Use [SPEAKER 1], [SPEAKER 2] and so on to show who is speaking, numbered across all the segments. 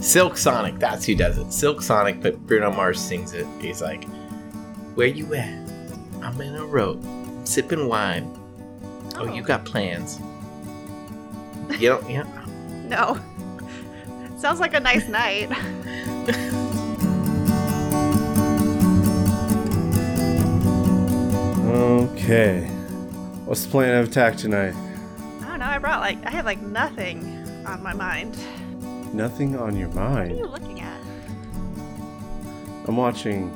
[SPEAKER 1] Silk Sonic, that's who does it. Silk Sonic, but Bruno Mars sings it. He's like, Where you at? I'm in a rope, sipping wine. Oh, you got plans. You don't, yeah.
[SPEAKER 2] No. Sounds like a nice night.
[SPEAKER 3] Okay. What's the plan of attack tonight?
[SPEAKER 2] I don't know. I brought like I have like nothing on my mind.
[SPEAKER 3] Nothing on your
[SPEAKER 2] What are you
[SPEAKER 3] mind.
[SPEAKER 2] looking at?
[SPEAKER 3] I'm watching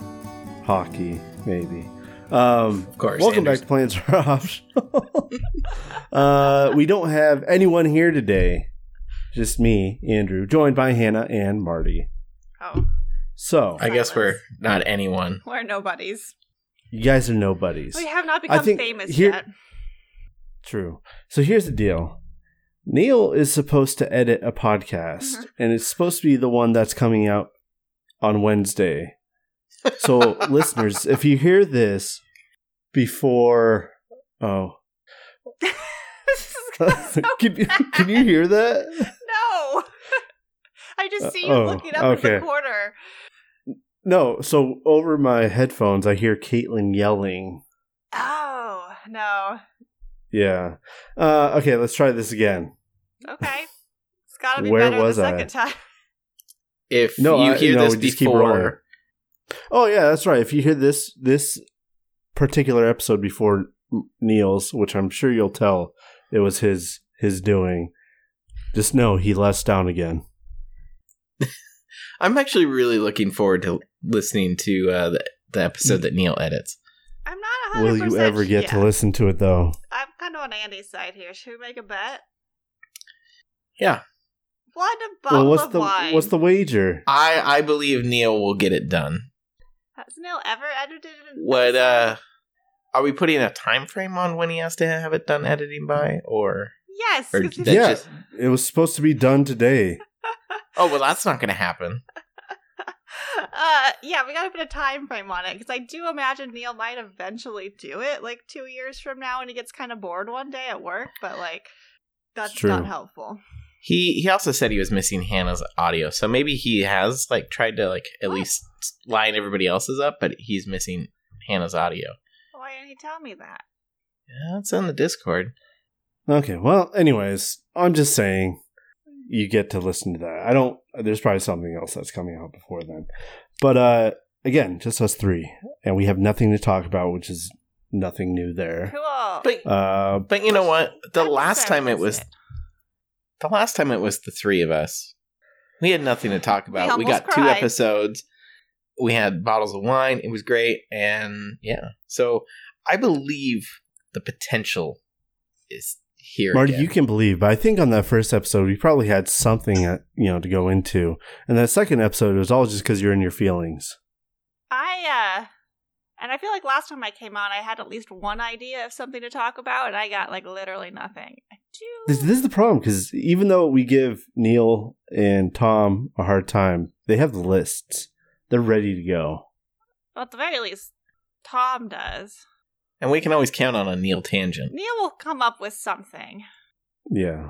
[SPEAKER 3] hockey, maybe. Um,
[SPEAKER 1] Of course,
[SPEAKER 3] Welcome
[SPEAKER 1] Anders.
[SPEAKER 3] back to Plans Are Optional. uh, we don't have anyone here today. Just me, Andrew, joined by Hannah and Marty.
[SPEAKER 2] Oh,
[SPEAKER 3] So,
[SPEAKER 1] I guess we're not anyone.
[SPEAKER 2] we're nobodies.
[SPEAKER 3] you guys are nobodies.
[SPEAKER 2] We have not become
[SPEAKER 3] think
[SPEAKER 2] famous
[SPEAKER 3] here-
[SPEAKER 2] yet.
[SPEAKER 3] True. So here's the deal. Neil is supposed to edit a podcast,
[SPEAKER 2] Mhm.
[SPEAKER 3] and it's supposed to be the one that's coming out on Wednesday. So, listeners, if you hear this before, oh,
[SPEAKER 2] this is gonna so
[SPEAKER 3] can, you-
[SPEAKER 2] bad.
[SPEAKER 3] can you hear that?
[SPEAKER 2] No. I
[SPEAKER 3] Uh,
[SPEAKER 2] just see you
[SPEAKER 3] oh,
[SPEAKER 2] looking up
[SPEAKER 3] okay.
[SPEAKER 2] at the corner.
[SPEAKER 3] No. So over my headphones, I hear Caitlin yelling.
[SPEAKER 2] Oh no.
[SPEAKER 3] Yeah. Uh, okay, let's try this again.
[SPEAKER 2] Okay. It's gotta be
[SPEAKER 3] Where
[SPEAKER 2] better
[SPEAKER 3] was
[SPEAKER 2] the
[SPEAKER 3] I?
[SPEAKER 2] second time.
[SPEAKER 1] If
[SPEAKER 3] No,
[SPEAKER 1] you
[SPEAKER 3] I-
[SPEAKER 1] hear
[SPEAKER 3] no,
[SPEAKER 1] this
[SPEAKER 3] just keep rolling.
[SPEAKER 1] before,
[SPEAKER 3] Oh yeah, that's right. If you hear this this particular episode before N- Neil's, which I'm sure you'll tell it was his his doing, just know he let us down again.
[SPEAKER 1] I'm actually really looking forward to listening to uh, the, the episode that Neil edits.
[SPEAKER 2] I'm not
[SPEAKER 3] Will
[SPEAKER 2] 100
[SPEAKER 3] you ever get to
[SPEAKER 2] yeah.
[SPEAKER 3] listen to it though?
[SPEAKER 2] I'm kind of on Andy's side here. Should we make a bet?
[SPEAKER 1] Yeah.
[SPEAKER 2] What a bottle
[SPEAKER 3] what's
[SPEAKER 2] of
[SPEAKER 3] the
[SPEAKER 2] wine.
[SPEAKER 3] what's the wager?
[SPEAKER 1] I I believe Neil will get it done.
[SPEAKER 2] Has Neil ever edited an
[SPEAKER 1] What
[SPEAKER 2] episode?
[SPEAKER 1] uh are we putting a time frame on when he has to have it done editing by or
[SPEAKER 2] Yes.
[SPEAKER 1] or
[SPEAKER 2] 'cause
[SPEAKER 1] that
[SPEAKER 2] he's-
[SPEAKER 3] Yeah.
[SPEAKER 1] just
[SPEAKER 3] It was supposed to be done today.
[SPEAKER 1] Oh, well that's not going to happen.
[SPEAKER 2] uh, yeah, we gotta put a time frame on it because I do imagine Neil might eventually do it like two years from now when he gets kind of bored one day at work, but like that's
[SPEAKER 3] true.
[SPEAKER 2] not helpful.
[SPEAKER 1] He he also said he was missing Hannah's audio. So maybe he has like tried to like at
[SPEAKER 2] What?
[SPEAKER 1] least line everybody else's up, but he's missing Hannah's audio.
[SPEAKER 2] Why didn't he tell me that?
[SPEAKER 1] Yeah, it's on the Discord.
[SPEAKER 3] Okay, well, anyways, I'm just saying you get to listen to that. I don't there's probably something else that's coming out before then. But uh again, just us three. And we have nothing to talk about, which is nothing new there.
[SPEAKER 2] Cool.
[SPEAKER 1] But
[SPEAKER 3] Uh
[SPEAKER 1] but you know what? The
[SPEAKER 2] I'm
[SPEAKER 1] last
[SPEAKER 2] sorry,
[SPEAKER 1] time it
[SPEAKER 2] that's
[SPEAKER 1] was the last time it was the three of us. We had nothing to talk about. We,
[SPEAKER 2] almost
[SPEAKER 1] got two
[SPEAKER 2] cried.
[SPEAKER 1] episodes. We had bottles of wine. It was great. And yeah. So I believe the potential is here.
[SPEAKER 3] Marty,
[SPEAKER 1] again.
[SPEAKER 3] you can believe, but I think on that first episode we probably had something uh, you know to go into. And that second episode it was all just because you're in your feelings.
[SPEAKER 2] I uh and I feel like last time I came on I had at least one idea of something to talk about and I got like literally nothing. I do
[SPEAKER 3] This, this is the problem because even though we give Neil and Tom a hard time, they have the lists. They're ready to go.
[SPEAKER 2] well, at the very least Tom does.
[SPEAKER 1] and we can always count on a Neil tangent.
[SPEAKER 2] Neil will come up with something.
[SPEAKER 3] Yeah.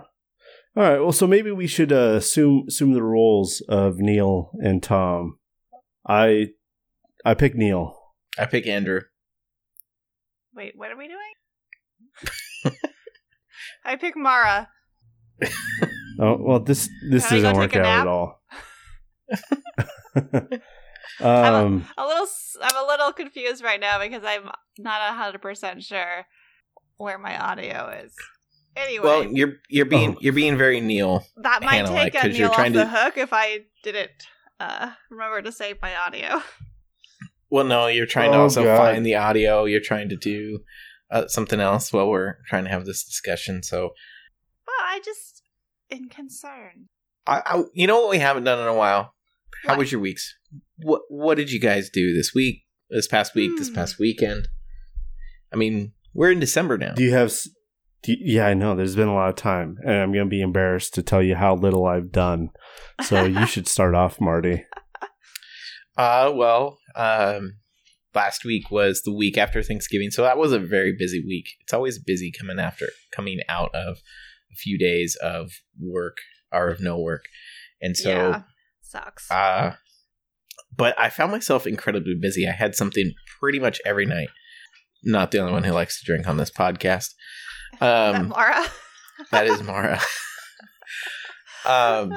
[SPEAKER 3] All right. Well, so maybe we should uh, assume assume the roles of Neil and Tom. I I pick Neil.
[SPEAKER 1] I pick Andrew.
[SPEAKER 2] Wait, what are we doing? I pick Mara.
[SPEAKER 3] Oh well, this this
[SPEAKER 2] Can I go
[SPEAKER 3] doesn't work
[SPEAKER 2] take a
[SPEAKER 3] out at
[SPEAKER 2] nap?
[SPEAKER 3] all. um,
[SPEAKER 2] A little s- I'm a little confused right now because I'm not 100% sure where my audio is. Anyway,
[SPEAKER 1] Well, you're you're being
[SPEAKER 3] Oh.
[SPEAKER 1] you're being very Neil.
[SPEAKER 2] that might
[SPEAKER 1] Hannah,
[SPEAKER 2] take
[SPEAKER 1] like,
[SPEAKER 2] a
[SPEAKER 1] 'cause you're
[SPEAKER 2] Neil off
[SPEAKER 1] trying
[SPEAKER 2] the
[SPEAKER 1] to-
[SPEAKER 2] hook if I didn't uh, remember to save my audio.
[SPEAKER 1] Well, no, you're trying to
[SPEAKER 3] Oh,
[SPEAKER 1] also
[SPEAKER 3] God.
[SPEAKER 1] find the audio. You're trying to do uh, something else while we're trying to have this discussion. So
[SPEAKER 2] Well, I just in concern.
[SPEAKER 1] I, I you know what we haven't done in a while. How
[SPEAKER 2] What?
[SPEAKER 1] was your weeks? What what did you guys do this week? This past week, this
[SPEAKER 2] Hmm.
[SPEAKER 1] past weekend? I mean, we're in December now.
[SPEAKER 3] do you have? s- Do you, yeah, I know. There's been a lot of time, and I'm going to be embarrassed to tell you how little I've done. So you should start off, Marty.
[SPEAKER 1] uh well, um last week was the week after Thanksgiving, so that was a very busy week. It's always busy coming after coming out of a few days of work or of no work. And so
[SPEAKER 2] yeah. Sucks.
[SPEAKER 1] Uh, but I found myself incredibly busy. I had something pretty much every night. Not the only one who likes to drink on this podcast.
[SPEAKER 2] that
[SPEAKER 1] Um,
[SPEAKER 2] Mara.
[SPEAKER 1] that is Mara. um,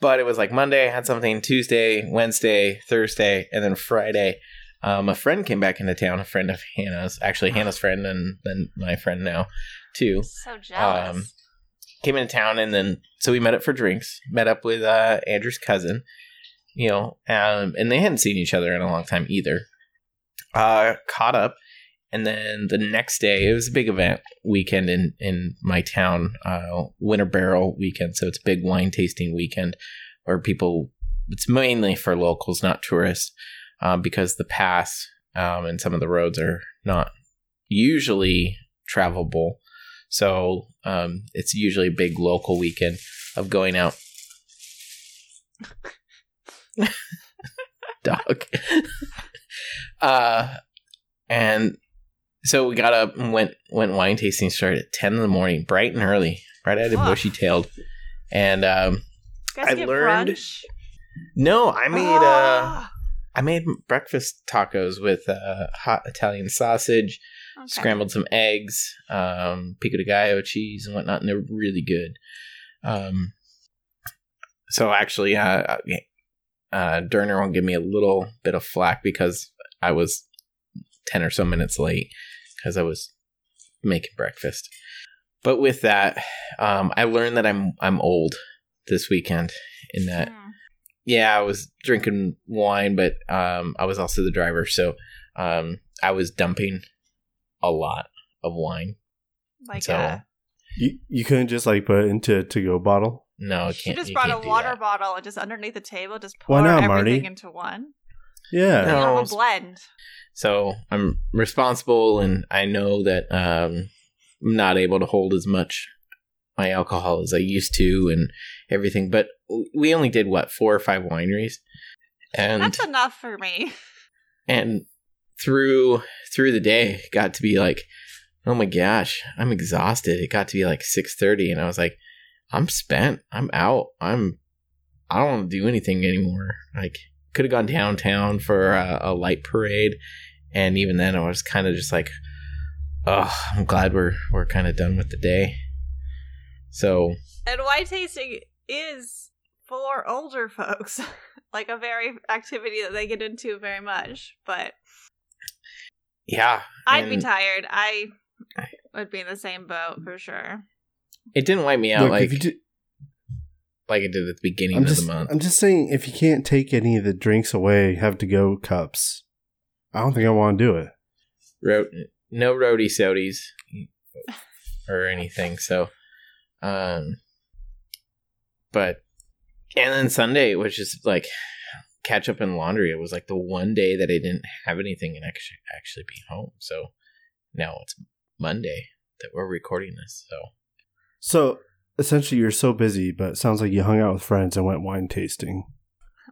[SPEAKER 1] but it was like Monday, I had something, Tuesday, Wednesday, Thursday, and then Friday. Um, a friend came back into town, a friend of Hannah's, actually Hannah's friend and then my friend now, too.
[SPEAKER 2] so jealous.
[SPEAKER 1] um, Came into town and then so we met up for drinks, met up with uh, Andrew's cousin, you know, um, and they hadn't seen each other in a long time either. Uh, caught up, and then the next day it was a big event weekend in in my town, uh, Winter Barrel weekend. So it's a big wine tasting weekend where people. It's mainly for locals, not tourists, uh, because the pass um, and some of the roads are not usually travelable. So um, it's usually a big local weekend of going out. Dog. uh, and so we got up and went went wine tasting started at ten in the morning, bright and early, bright eyed and
[SPEAKER 2] Fuck.
[SPEAKER 1] bushy tailed. And um,
[SPEAKER 2] You guys
[SPEAKER 1] I
[SPEAKER 2] get
[SPEAKER 1] learned-
[SPEAKER 2] brunch?
[SPEAKER 1] no, I made uh,
[SPEAKER 2] Ah,
[SPEAKER 1] I made breakfast tacos with uh, hot Italian sausage,
[SPEAKER 2] okay.
[SPEAKER 1] scrambled some eggs, um, pico de gallo cheese and whatnot, and they're really good. Um, so actually, uh, uh, Derner will give me a little bit of flack because I was ten or so minutes late because I was making breakfast. But with that, um, I learned that I'm I'm old this weekend. In that
[SPEAKER 2] Mm.
[SPEAKER 1] yeah, I was drinking wine, but um, I was also the driver, so um, I was dumping a lot of wine.
[SPEAKER 2] Like
[SPEAKER 1] so
[SPEAKER 2] a,
[SPEAKER 3] You, you couldn't just like put it into a to go bottle?
[SPEAKER 1] no, I
[SPEAKER 2] she
[SPEAKER 1] Oh, can't.
[SPEAKER 2] just
[SPEAKER 1] you
[SPEAKER 2] brought
[SPEAKER 1] can't
[SPEAKER 2] a
[SPEAKER 1] do
[SPEAKER 2] water
[SPEAKER 1] that.
[SPEAKER 2] bottle and just underneath the table just
[SPEAKER 3] Why
[SPEAKER 2] poured
[SPEAKER 3] not,
[SPEAKER 2] everything
[SPEAKER 3] Marty?
[SPEAKER 2] into one.
[SPEAKER 3] Yeah.
[SPEAKER 2] You don't have
[SPEAKER 1] No.
[SPEAKER 2] a blend.
[SPEAKER 1] So I'm responsible, and I know that um, I'm not able to hold as much my alcohol as I used to, and everything. But we only did what four or five wineries, and
[SPEAKER 2] That's enough for me.
[SPEAKER 1] and through through the day it got to be like oh my gosh i'm exhausted it got to be like 6.30 and i was like i'm spent i'm out i'm i don't want to do anything anymore like could have gone downtown for a, a light parade and even then i was kind of just like oh i'm glad we're we're kind of done with the day so
[SPEAKER 2] And wine tasting is for older folks, like a very activity that they get into very much. But
[SPEAKER 1] yeah
[SPEAKER 2] I'd be
[SPEAKER 1] and
[SPEAKER 2] tired. I would be in the same boat for sure.
[SPEAKER 1] it didn't wipe me out
[SPEAKER 3] Look,
[SPEAKER 1] like
[SPEAKER 3] if you ju-
[SPEAKER 1] like it did at the beginning
[SPEAKER 3] I'm
[SPEAKER 1] of
[SPEAKER 3] just,
[SPEAKER 1] the month
[SPEAKER 3] I'm just saying, if you can't take any of the drinks away, have to go cups. I don't think I want to do it.
[SPEAKER 1] Ro- no roadie sodies or anything. So, um, but and then Sunday was just like catch up and laundry. It was like the one day that I didn't have anything and I could actually be home. So now it's Monday that we're recording this. So
[SPEAKER 3] So essentially, you're so busy, but it sounds like you hung out with friends and went wine tasting,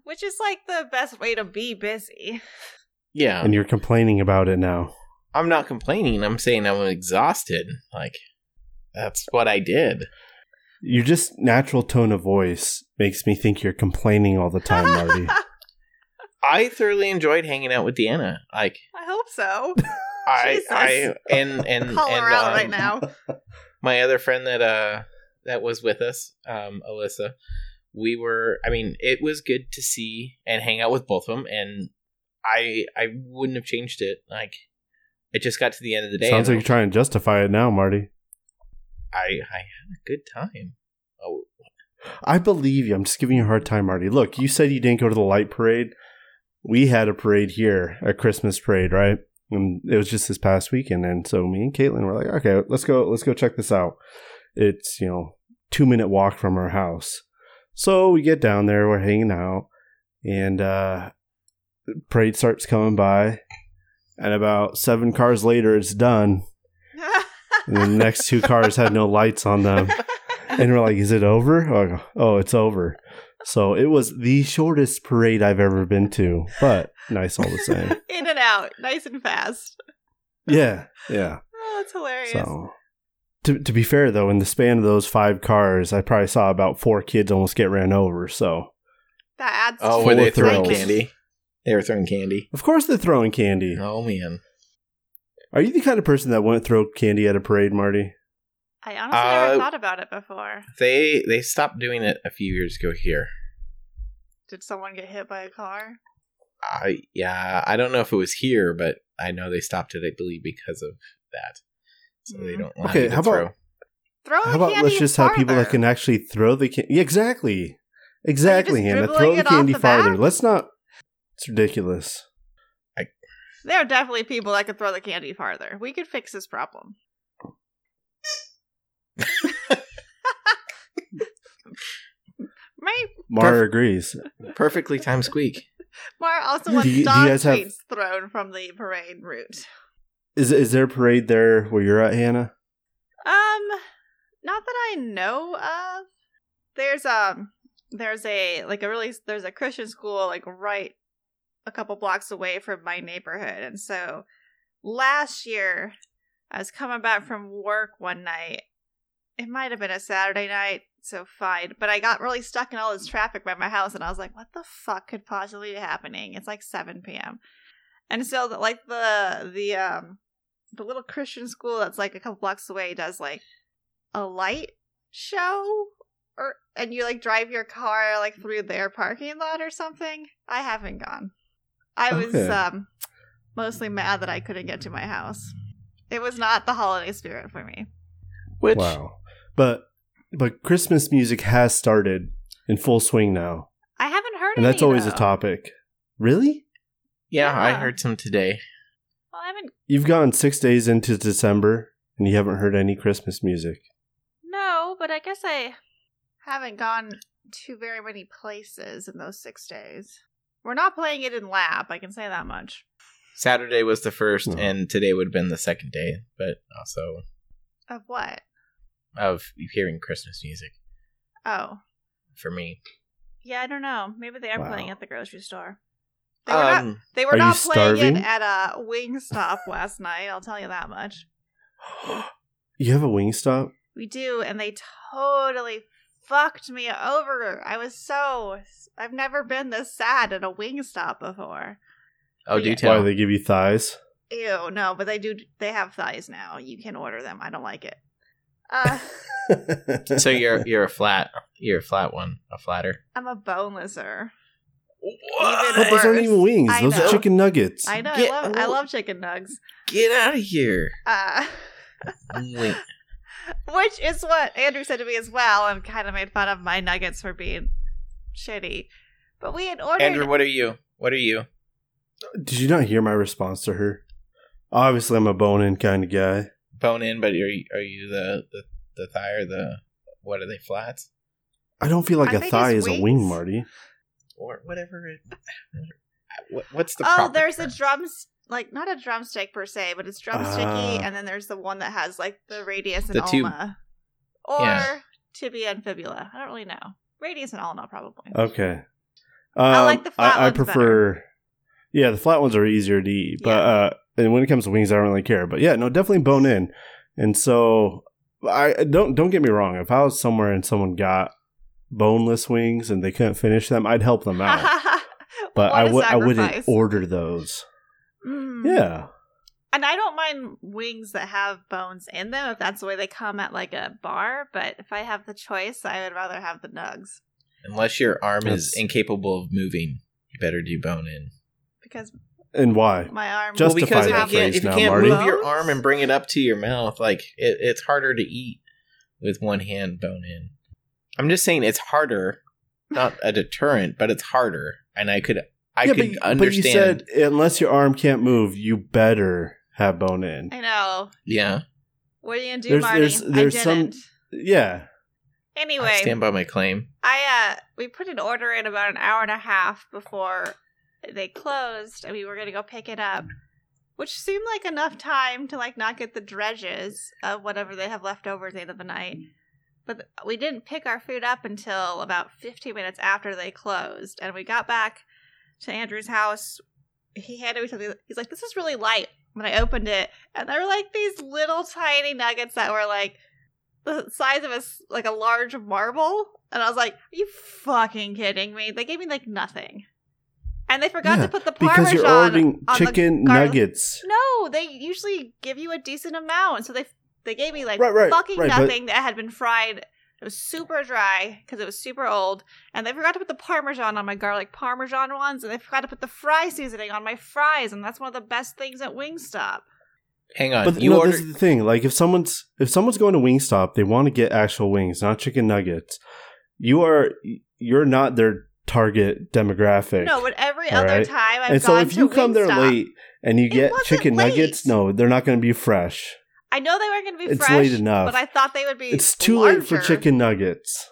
[SPEAKER 2] Which is like the best way to be busy.
[SPEAKER 1] yeah,
[SPEAKER 3] and you're complaining about it now.
[SPEAKER 1] I'm not complaining. I'm saying I'm exhausted. Like that's what I did.
[SPEAKER 3] Your just natural tone of voice makes me think you're complaining all the time, Marty.
[SPEAKER 1] I thoroughly enjoyed hanging out with Deanna. Like
[SPEAKER 2] I hope so.
[SPEAKER 1] I,
[SPEAKER 2] Jesus.
[SPEAKER 1] I and and
[SPEAKER 2] Call
[SPEAKER 1] and
[SPEAKER 2] her out
[SPEAKER 1] um,
[SPEAKER 2] right now.
[SPEAKER 1] my other friend that uh that was with us, um, Alyssa, we were I mean, it was good to see and hang out with both of them and I I wouldn't have changed it. Like it just got to the end of the day.
[SPEAKER 3] sounds like
[SPEAKER 1] and
[SPEAKER 3] you're trying to justify it now, Marty.
[SPEAKER 1] I, I had a good time. Oh
[SPEAKER 3] I believe you. I'm just giving you a hard time, Marty. Look, you said you didn't go to the light parade. We had a parade here, a Christmas parade, right? And it was just this past weekend, and so me and Caitlin were like, "Okay, let's go. Let's go check this out." It's you know two minute walk from our house, so we get down there. We're hanging out, and uh, the parade starts coming by, and about seven cars later, it's done. And the next two cars had no lights on them. And we're like, is it over? Oh, oh, it's over. So it was the shortest parade I've ever been to, but nice all the same.
[SPEAKER 2] In and out, nice and fast.
[SPEAKER 3] Yeah, yeah.
[SPEAKER 2] Oh, that's hilarious.
[SPEAKER 3] So to, to be fair, though, in the span of those five cars, I probably saw about four kids almost get ran over. So
[SPEAKER 2] That adds.
[SPEAKER 1] Oh,
[SPEAKER 2] to
[SPEAKER 1] were
[SPEAKER 2] the
[SPEAKER 1] they throwing
[SPEAKER 2] excitement.
[SPEAKER 3] throws.
[SPEAKER 1] candy? They were throwing candy.
[SPEAKER 3] Of course, they're throwing candy.
[SPEAKER 1] Oh man.
[SPEAKER 3] Are you the kind of person that wouldn't throw candy at a parade, Marty?
[SPEAKER 2] I honestly never
[SPEAKER 1] Uh,
[SPEAKER 2] thought about it before.
[SPEAKER 1] They they stopped doing it a few years ago here.
[SPEAKER 2] Did someone get hit by a car?
[SPEAKER 1] I yeah, I don't know if it was here, but I know they stopped it, I believe, because of that. So they
[SPEAKER 2] Mm.
[SPEAKER 1] don't want
[SPEAKER 3] Okay,
[SPEAKER 1] you to
[SPEAKER 3] how about-
[SPEAKER 1] throw.
[SPEAKER 2] Throw
[SPEAKER 3] How
[SPEAKER 2] the
[SPEAKER 3] about
[SPEAKER 2] Oh, candy
[SPEAKER 3] let's just have people that
[SPEAKER 2] farther.
[SPEAKER 3] can actually throw the candy? Yeah, exactly, exactly,
[SPEAKER 2] just
[SPEAKER 3] Hannah.
[SPEAKER 2] dribbling
[SPEAKER 3] Throw the
[SPEAKER 2] it off
[SPEAKER 3] candy
[SPEAKER 2] the
[SPEAKER 3] farther.
[SPEAKER 2] back?
[SPEAKER 3] Let's not. It's ridiculous.
[SPEAKER 2] There are definitely people that could throw the candy farther. We could fix this problem. right?
[SPEAKER 3] Mara
[SPEAKER 1] Perf-
[SPEAKER 3] agrees.
[SPEAKER 1] Perfectly timed squeak.
[SPEAKER 2] Mar also
[SPEAKER 3] Do
[SPEAKER 2] wants
[SPEAKER 3] you- do you
[SPEAKER 2] dog
[SPEAKER 3] guys have-
[SPEAKER 2] treats thrown from the parade route.
[SPEAKER 3] Is is there a parade there where you're at, Hannah?
[SPEAKER 2] Um, not that I know of. There's um, there's a like a really there's a Christian school like right a couple blocks away from my neighborhood, and so last year I was coming back from work one night. It might have been a Saturday night, so fine. But I got really stuck in all this traffic by my house, and I was like, "What the fuck could possibly be happening?" It's like 7 p.m. And so, the, like the the um the little Christian school that's like a couple blocks away does like a light show or and you like drive your car like through their parking lot or something. I haven't gone. I was
[SPEAKER 3] Okay.
[SPEAKER 2] um mostly mad that I couldn't get to my house. It was not the holiday spirit for me.
[SPEAKER 1] Which
[SPEAKER 3] Wow. But but Christmas music has started in full swing now,
[SPEAKER 2] I haven't heard
[SPEAKER 3] and that's
[SPEAKER 2] any,
[SPEAKER 3] always a
[SPEAKER 2] though.
[SPEAKER 3] topic. Really?
[SPEAKER 1] yeah, I
[SPEAKER 2] Yeah.
[SPEAKER 1] heard some today.
[SPEAKER 2] Well, I haven't
[SPEAKER 3] You've gone six days into December and you haven't heard any Christmas music.
[SPEAKER 2] no, but I guess I haven't gone to very many places in those six days. We're not playing it in lab, I can say that much.
[SPEAKER 1] Saturday was the first
[SPEAKER 3] No.
[SPEAKER 1] and today would have been the second day, but also
[SPEAKER 2] Of what?
[SPEAKER 1] of hearing Christmas music
[SPEAKER 2] Oh.
[SPEAKER 1] for me.
[SPEAKER 2] Yeah, I don't know. Maybe they are
[SPEAKER 3] Wow. Um,
[SPEAKER 2] playing at the grocery store. They were not.
[SPEAKER 1] Um,
[SPEAKER 2] They were
[SPEAKER 3] Are you
[SPEAKER 2] not playing
[SPEAKER 3] starving?
[SPEAKER 2] it at a Wingstop last night. I'll tell you that much.
[SPEAKER 3] you have a Wingstop?
[SPEAKER 2] We do, and they totally fucked me over. I was so. I've never been this sad at a Wingstop before.
[SPEAKER 1] oh, do
[SPEAKER 2] Yeah.
[SPEAKER 1] tell.
[SPEAKER 3] Why they give you thighs?
[SPEAKER 2] Ew, no, but they do. They have thighs now. You can order them. I don't like it. Uh,
[SPEAKER 1] so you're you're a flat you're a flat one, a flatter.
[SPEAKER 2] I'm a bonelesser.
[SPEAKER 3] But those aren't even wings.
[SPEAKER 2] I
[SPEAKER 3] those
[SPEAKER 2] know.
[SPEAKER 3] are chicken nuggets.
[SPEAKER 2] I know.
[SPEAKER 1] Get
[SPEAKER 2] I love. I
[SPEAKER 1] out.
[SPEAKER 2] love chicken nugs.
[SPEAKER 1] Get out of here.
[SPEAKER 2] Uh,
[SPEAKER 1] Wait.
[SPEAKER 2] Which is what Andrew said to me as well, and kind of made fun of my nuggets for being shitty. But we had ordered.
[SPEAKER 1] Andrew, what are you? What are you?
[SPEAKER 3] Did you not hear my response to her? Obviously, I'm a bone in kind of guy.
[SPEAKER 1] Bone in, but are you, are you the, the the thigh or the what are they flats
[SPEAKER 3] I don't feel like
[SPEAKER 2] I
[SPEAKER 3] a
[SPEAKER 2] think
[SPEAKER 3] thigh
[SPEAKER 2] it's
[SPEAKER 3] is a wing,
[SPEAKER 2] wings.
[SPEAKER 3] Marty.
[SPEAKER 1] or whatever? It, what, what's the
[SPEAKER 2] oh,
[SPEAKER 1] proper
[SPEAKER 2] there's a
[SPEAKER 1] term?
[SPEAKER 2] drums like not a drumstick per se, but it's drumsticky,
[SPEAKER 3] Ah.
[SPEAKER 2] and then there's the one that has like the radius and
[SPEAKER 1] Oh. The tube.
[SPEAKER 2] ulna, or
[SPEAKER 1] Yeah.
[SPEAKER 2] tibia and fibula. I don't really know. Radius and ulna probably.
[SPEAKER 1] Oh,
[SPEAKER 3] Okay.
[SPEAKER 2] I
[SPEAKER 3] Um,
[SPEAKER 2] like the flat
[SPEAKER 3] I,
[SPEAKER 2] ones
[SPEAKER 3] prefer. Yeah, the flat ones are easier to eat, but
[SPEAKER 2] Yeah.
[SPEAKER 3] uh, and when it comes to wings, I don't really care. But yeah, no, definitely bone in. And so I I don't don't get me wrong. If I was somewhere and someone got boneless wings and they couldn't finish them, I'd help them out.
[SPEAKER 2] What
[SPEAKER 3] But I
[SPEAKER 2] a
[SPEAKER 3] would I wouldn't
[SPEAKER 2] sacrifice.
[SPEAKER 3] order those.
[SPEAKER 2] Mm.
[SPEAKER 3] Yeah,
[SPEAKER 2] And I don't mind wings that have bones in them if that's the way they come at like a bar, but if I have the choice, I would rather have the nugs
[SPEAKER 1] Unless your arm is
[SPEAKER 3] That's-
[SPEAKER 1] incapable of moving, you better do bone in.
[SPEAKER 2] because
[SPEAKER 3] and why?
[SPEAKER 2] my arm
[SPEAKER 3] Well, Justify
[SPEAKER 1] because
[SPEAKER 3] that
[SPEAKER 1] if you can't,
[SPEAKER 3] phrase
[SPEAKER 1] if you
[SPEAKER 3] now,
[SPEAKER 1] can't
[SPEAKER 3] Marty.
[SPEAKER 1] move your arm and bring it up to your mouth, like it, it's harder to eat with one hand bone in. I'm just saying it's harder, not a deterrent, but it's harder. And I could I
[SPEAKER 3] yeah,
[SPEAKER 1] could
[SPEAKER 3] but, but you
[SPEAKER 1] understand.
[SPEAKER 3] said unless your arm can't move, you better have bone in.
[SPEAKER 2] I know.
[SPEAKER 1] yeah,
[SPEAKER 2] What are you gonna do,
[SPEAKER 3] There's-
[SPEAKER 2] Marty?
[SPEAKER 3] there's- there's
[SPEAKER 2] I
[SPEAKER 3] some-
[SPEAKER 2] didn't.
[SPEAKER 3] Yeah,
[SPEAKER 1] I
[SPEAKER 2] Anyway,
[SPEAKER 1] stand by my claim.
[SPEAKER 2] I uh we put an order in about an hour and a half before they closed and we were gonna go pick it up. Which seemed like enough time to like not get the dredges of whatever they have left over at the end of the night.
[SPEAKER 3] Mm.
[SPEAKER 2] But we didn't pick our food up until about 15 minutes after they closed. And we got back to Andrew's house. He handed me something. He's like, This is really light. When I opened it, and there were like these little tiny nuggets that were like the size of a s- like a large marble And I was like, "Are you fucking kidding me?" They gave me like nothing, and they forgot
[SPEAKER 3] Yeah,
[SPEAKER 2] to put the parmesan.
[SPEAKER 3] because you're ordering
[SPEAKER 2] on the
[SPEAKER 3] chicken
[SPEAKER 2] garlic-
[SPEAKER 3] nuggets.
[SPEAKER 2] No, they usually give you a decent amount, so they they gave me like
[SPEAKER 3] Right, right,
[SPEAKER 2] fucking
[SPEAKER 3] right, but-
[SPEAKER 2] nothing that had been fried. It was super dry because it was super old, and they forgot to put the parmesan on my garlic parmesan ones, and they forgot to put the fry seasoning on my fries, and that's one of the best things at Wingstop.
[SPEAKER 1] Hang on,
[SPEAKER 3] But
[SPEAKER 1] Uh, you
[SPEAKER 3] no,
[SPEAKER 1] ordered.
[SPEAKER 3] this is the thing. Like if someone's if someone's going to Wingstop, they want to get actual wings, not chicken nuggets. You are you're not their target demographic.
[SPEAKER 2] No, but every
[SPEAKER 3] All
[SPEAKER 2] other
[SPEAKER 3] right.
[SPEAKER 2] time I've
[SPEAKER 3] and so
[SPEAKER 2] gone
[SPEAKER 3] if you
[SPEAKER 2] to
[SPEAKER 3] come there
[SPEAKER 2] Wingstop-
[SPEAKER 3] late and you get
[SPEAKER 2] wasn't
[SPEAKER 3] chicken
[SPEAKER 2] late.
[SPEAKER 3] nuggets, no, they're not going to be fresh.
[SPEAKER 2] I know they weren't going to be
[SPEAKER 3] It's
[SPEAKER 2] fresh,
[SPEAKER 3] late enough.
[SPEAKER 2] but I thought they would be.
[SPEAKER 3] It's too late for
[SPEAKER 2] larger.
[SPEAKER 3] chicken nuggets.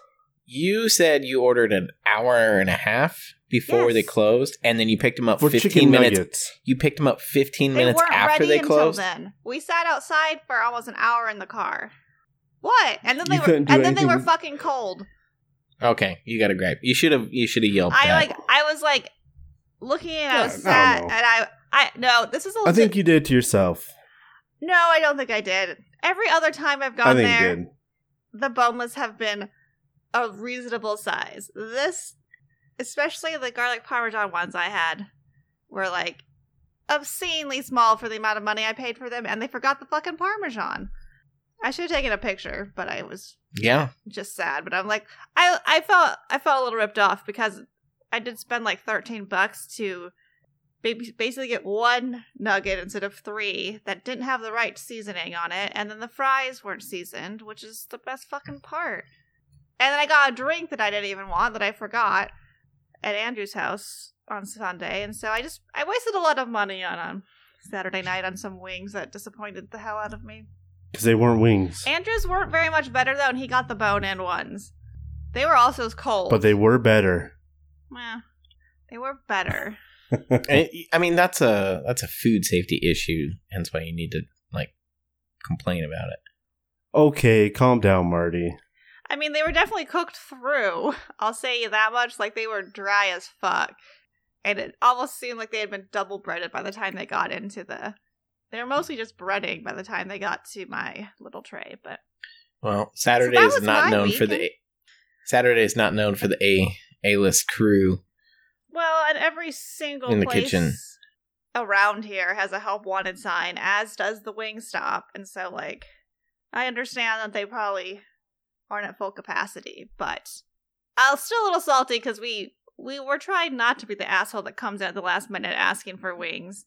[SPEAKER 1] you said you ordered an hour and a half before they
[SPEAKER 2] Yes.
[SPEAKER 1] closed, and then you picked them up
[SPEAKER 3] For
[SPEAKER 1] 15
[SPEAKER 3] chicken
[SPEAKER 1] minutes.
[SPEAKER 3] nuggets.
[SPEAKER 1] You picked them up 15
[SPEAKER 2] They
[SPEAKER 1] minutes
[SPEAKER 2] weren't
[SPEAKER 1] after
[SPEAKER 2] ready
[SPEAKER 1] they
[SPEAKER 2] until
[SPEAKER 1] closed.
[SPEAKER 2] then. We sat outside for almost an hour in the car. What? And then they
[SPEAKER 3] You
[SPEAKER 2] were
[SPEAKER 3] couldn't
[SPEAKER 2] and
[SPEAKER 3] do
[SPEAKER 2] then they
[SPEAKER 3] anything
[SPEAKER 2] were
[SPEAKER 3] with-
[SPEAKER 2] fucking cold.
[SPEAKER 1] Okay, you got to gripe. You should have. You should have yelled.
[SPEAKER 2] I
[SPEAKER 1] that.
[SPEAKER 2] like I was like looking and I was
[SPEAKER 3] Yeah, I
[SPEAKER 2] sad
[SPEAKER 3] don't
[SPEAKER 2] and
[SPEAKER 3] know.
[SPEAKER 2] I I no, this is a
[SPEAKER 3] I think
[SPEAKER 2] legit-
[SPEAKER 3] you did it to yourself.
[SPEAKER 2] No, I don't think I did. Every other time I've
[SPEAKER 3] I
[SPEAKER 2] gone
[SPEAKER 3] think
[SPEAKER 2] there,
[SPEAKER 3] you did.
[SPEAKER 2] the boneless have been a reasonable size. This, especially the garlic parmesan ones I had, were like obscenely small for the amount of money I paid for them, and they forgot the fucking parmesan. I should have taken a picture, but I was
[SPEAKER 1] yeah,
[SPEAKER 2] just sad. But I'm like, I I felt I felt a little ripped off because I did spend like thirteen bucks to ba- basically get one nugget instead of three that didn't have the right seasoning on it, and then the fries weren't seasoned, which is the best fucking part. And then I got a drink that I didn't even want that I forgot at Andrew's house on Sunday, and so I just I wasted a lot of money on on Saturday night on some wings that disappointed the hell out of me.
[SPEAKER 3] Because they weren't wings.
[SPEAKER 2] Andrews weren't very much better though, and he got the bone in ones. They were also as cold.
[SPEAKER 3] but they were better.
[SPEAKER 2] Meh. they were better.
[SPEAKER 1] And it- I mean that's a that's a food safety issue. Hence why you need to like complain about it.
[SPEAKER 3] okay, calm down, Marty.
[SPEAKER 2] I mean, they were definitely cooked through. I'll say you that much. Like they were dry as fuck, and it almost seemed like they had been double breaded by the time they got into the. They were mostly just breading by the time they got to my little tray, but
[SPEAKER 1] Well, Saturday
[SPEAKER 2] So that
[SPEAKER 1] is
[SPEAKER 2] was
[SPEAKER 1] not
[SPEAKER 2] my
[SPEAKER 1] known for the
[SPEAKER 2] weekend.
[SPEAKER 1] Saturday is not known for the A A list crew.
[SPEAKER 2] Well, and every single
[SPEAKER 1] In the
[SPEAKER 2] place
[SPEAKER 1] kitchen.
[SPEAKER 2] around here has a help wanted sign, as does the wing stop. And so, like, I understand that they probably aren't at full capacity, but I'm still a little salty because we we were trying not to be the asshole that comes in at the last minute asking for wings.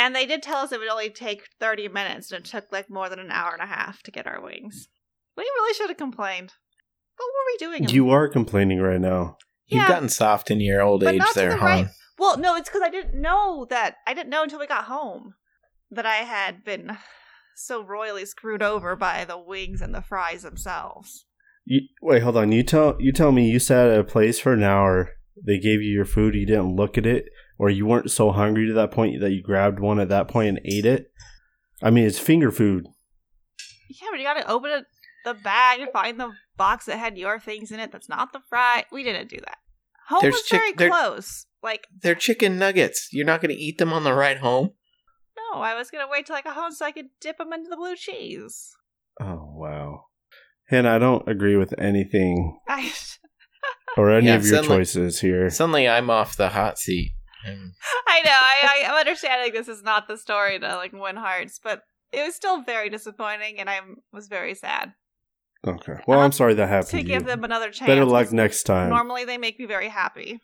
[SPEAKER 2] And they did tell us it would only take 30 minutes, and it took like more than an hour and a half to get our wings. We really should have complained. What were we doing? in
[SPEAKER 3] You are complaining right now.
[SPEAKER 1] You've
[SPEAKER 2] Yeah.
[SPEAKER 1] gotten soft in your old
[SPEAKER 2] But
[SPEAKER 1] age
[SPEAKER 2] not to
[SPEAKER 1] there,
[SPEAKER 2] the
[SPEAKER 1] huh?
[SPEAKER 2] right. Well, no, it's because I didn't know that. I didn't know until we got home that I had been so royally screwed over by the wings and the fries themselves.
[SPEAKER 3] You, wait, hold on. You tell you tell me you sat at a place for an hour. They gave you your food. You didn't look at it, or you weren't so hungry to that point that you grabbed one at that point and ate it. I mean, it's finger food.
[SPEAKER 2] Yeah, but you gotta open it, the bag and find the box that had your things in it. That's not the fry. We didn't do that. Home
[SPEAKER 1] There's
[SPEAKER 2] was
[SPEAKER 1] chick-
[SPEAKER 2] very
[SPEAKER 1] there-
[SPEAKER 2] close. Like,
[SPEAKER 1] They're chicken nuggets. You're not going to eat them on the ride home.
[SPEAKER 2] no, I was gonna wait till I got home so I could dip them into the blue cheese.
[SPEAKER 3] Oh wow, Hannah, I don't agree with anything
[SPEAKER 2] I,
[SPEAKER 3] or any
[SPEAKER 1] Yeah,
[SPEAKER 3] of your
[SPEAKER 1] sound like-
[SPEAKER 3] choices here.
[SPEAKER 1] Suddenly, I'm off the hot seat. Um,
[SPEAKER 2] I know. I, I, I'm understanding this is not the story to like win hearts, but it was still very disappointing, and I was very sad.
[SPEAKER 3] Okay. Well, I'm sorry that
[SPEAKER 2] to
[SPEAKER 3] happened. To
[SPEAKER 2] give
[SPEAKER 3] you.
[SPEAKER 2] them another chance.
[SPEAKER 3] Better luck
[SPEAKER 2] 'cause
[SPEAKER 3] next time.
[SPEAKER 2] Normally they make me very happy.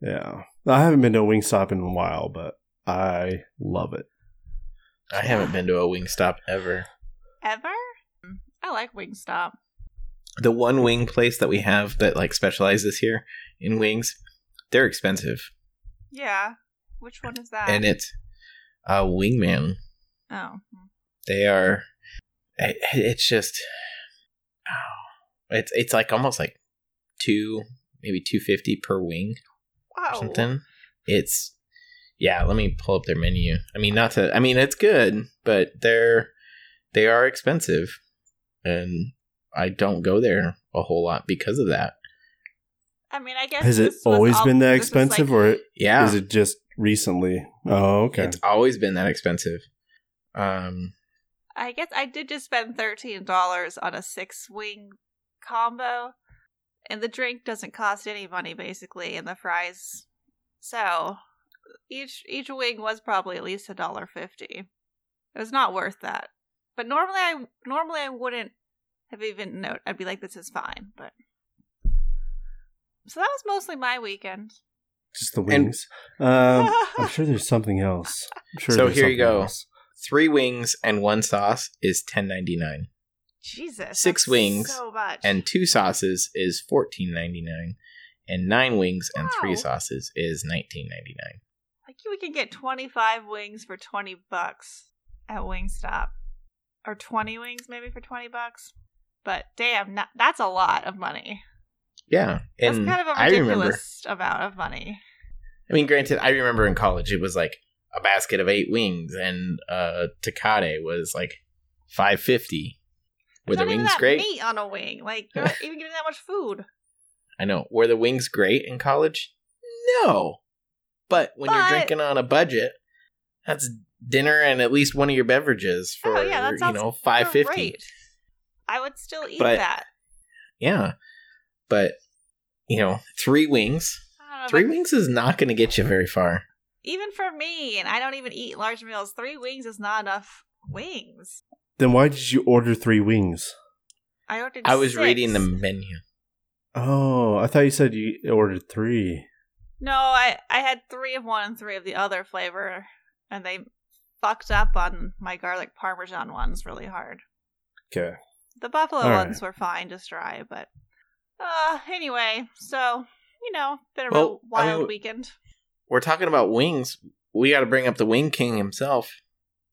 [SPEAKER 3] Yeah, I haven't been to a Wingstop in a while, but I love it.
[SPEAKER 1] I haven't been to a Wingstop ever.
[SPEAKER 2] Ever? I like Wingstop.
[SPEAKER 1] The one wing place that we have that like specializes here in wings, they're expensive,
[SPEAKER 2] Yeah. Which one is that?
[SPEAKER 1] and it's a wingman.
[SPEAKER 2] oh.
[SPEAKER 1] they are it, it's just oh, it's it's like almost like two maybe 250 per wing
[SPEAKER 2] Wow.
[SPEAKER 1] or
[SPEAKER 2] Oh.
[SPEAKER 3] Oh.
[SPEAKER 1] something it's yeah let me pull up their menu i mean not to i mean it's good but they're they are expensive and i don't go there a whole lot because of that
[SPEAKER 2] I mean, I guess.
[SPEAKER 3] Has it
[SPEAKER 2] this was
[SPEAKER 3] always
[SPEAKER 2] all-
[SPEAKER 3] been that
[SPEAKER 2] this was, like-
[SPEAKER 3] expensive, or
[SPEAKER 1] yeah
[SPEAKER 3] Is it just recently? Oh, okay.
[SPEAKER 1] it's always been that expensive um
[SPEAKER 2] I guess I did just spend thirteen dollars on a six wing combo, And the drink doesn't cost any money, basically, and the fries. So each each wing was probably at least a dollar fifty. It was not worth that. But normally, I normally I wouldn't have even note. I'd be like, "This is fine." But so that was mostly my weekend.
[SPEAKER 3] Just the wings. um, I'm sure there's something else. I'm sure
[SPEAKER 1] So
[SPEAKER 3] there's
[SPEAKER 1] here you
[SPEAKER 3] something
[SPEAKER 1] go.
[SPEAKER 3] else.
[SPEAKER 1] Three wings and one sauce is ten ninety nine,
[SPEAKER 2] Jesus,
[SPEAKER 1] Six
[SPEAKER 2] that's
[SPEAKER 1] wings
[SPEAKER 2] so much.
[SPEAKER 1] and two sauces is fourteen ninety nine, and nine wings and
[SPEAKER 2] Wow.
[SPEAKER 1] three sauces is nineteen ninety nine.
[SPEAKER 2] like we can get twenty five wings for twenty bucks at Wingstop, or twenty wings maybe for twenty bucks. But damn, not, that's a lot of money.
[SPEAKER 1] Yeah,
[SPEAKER 2] That's
[SPEAKER 1] and
[SPEAKER 2] kind of a
[SPEAKER 1] I remember.
[SPEAKER 2] ridiculous amount of money.
[SPEAKER 1] I mean, granted, I remember in college it was like a basket of eight wings, and uh, Takate was like five fifty. Were
[SPEAKER 2] There's
[SPEAKER 1] the
[SPEAKER 2] not even
[SPEAKER 1] wings
[SPEAKER 2] that
[SPEAKER 1] great?
[SPEAKER 2] Meat on a wing, like you're not even getting that much food.
[SPEAKER 1] I know. Were the wings great in college? No. But when
[SPEAKER 2] But-
[SPEAKER 1] you're drinking on a budget, that's dinner and at least one of your beverages for
[SPEAKER 2] Oh, yeah, that
[SPEAKER 1] you
[SPEAKER 2] sounds
[SPEAKER 1] know five fifty.
[SPEAKER 2] Great. I would still eat
[SPEAKER 1] But-
[SPEAKER 2] that.
[SPEAKER 1] Yeah. But you know, three wings.
[SPEAKER 2] I don't know,
[SPEAKER 1] Three
[SPEAKER 2] but
[SPEAKER 1] wings is not going to get you very far.
[SPEAKER 2] Even for me, and I don't even eat large meals. Three wings is not enough wings.
[SPEAKER 3] Then why did you order three wings?
[SPEAKER 2] I ordered.
[SPEAKER 1] I was
[SPEAKER 2] six.
[SPEAKER 1] reading the menu.
[SPEAKER 3] Oh, I thought you said you ordered three.
[SPEAKER 2] No, I I had three of one and three of the other flavor, and they fucked up on my garlic parmesan ones really hard.
[SPEAKER 3] Okay.
[SPEAKER 2] The buffalo
[SPEAKER 3] All right.
[SPEAKER 2] ones were fine, just dry. But uh, anyway, so you know, been a real
[SPEAKER 1] Well, I
[SPEAKER 2] wild
[SPEAKER 1] mean-
[SPEAKER 2] weekend.
[SPEAKER 1] We're talking about wings. We got to bring up the wing king himself,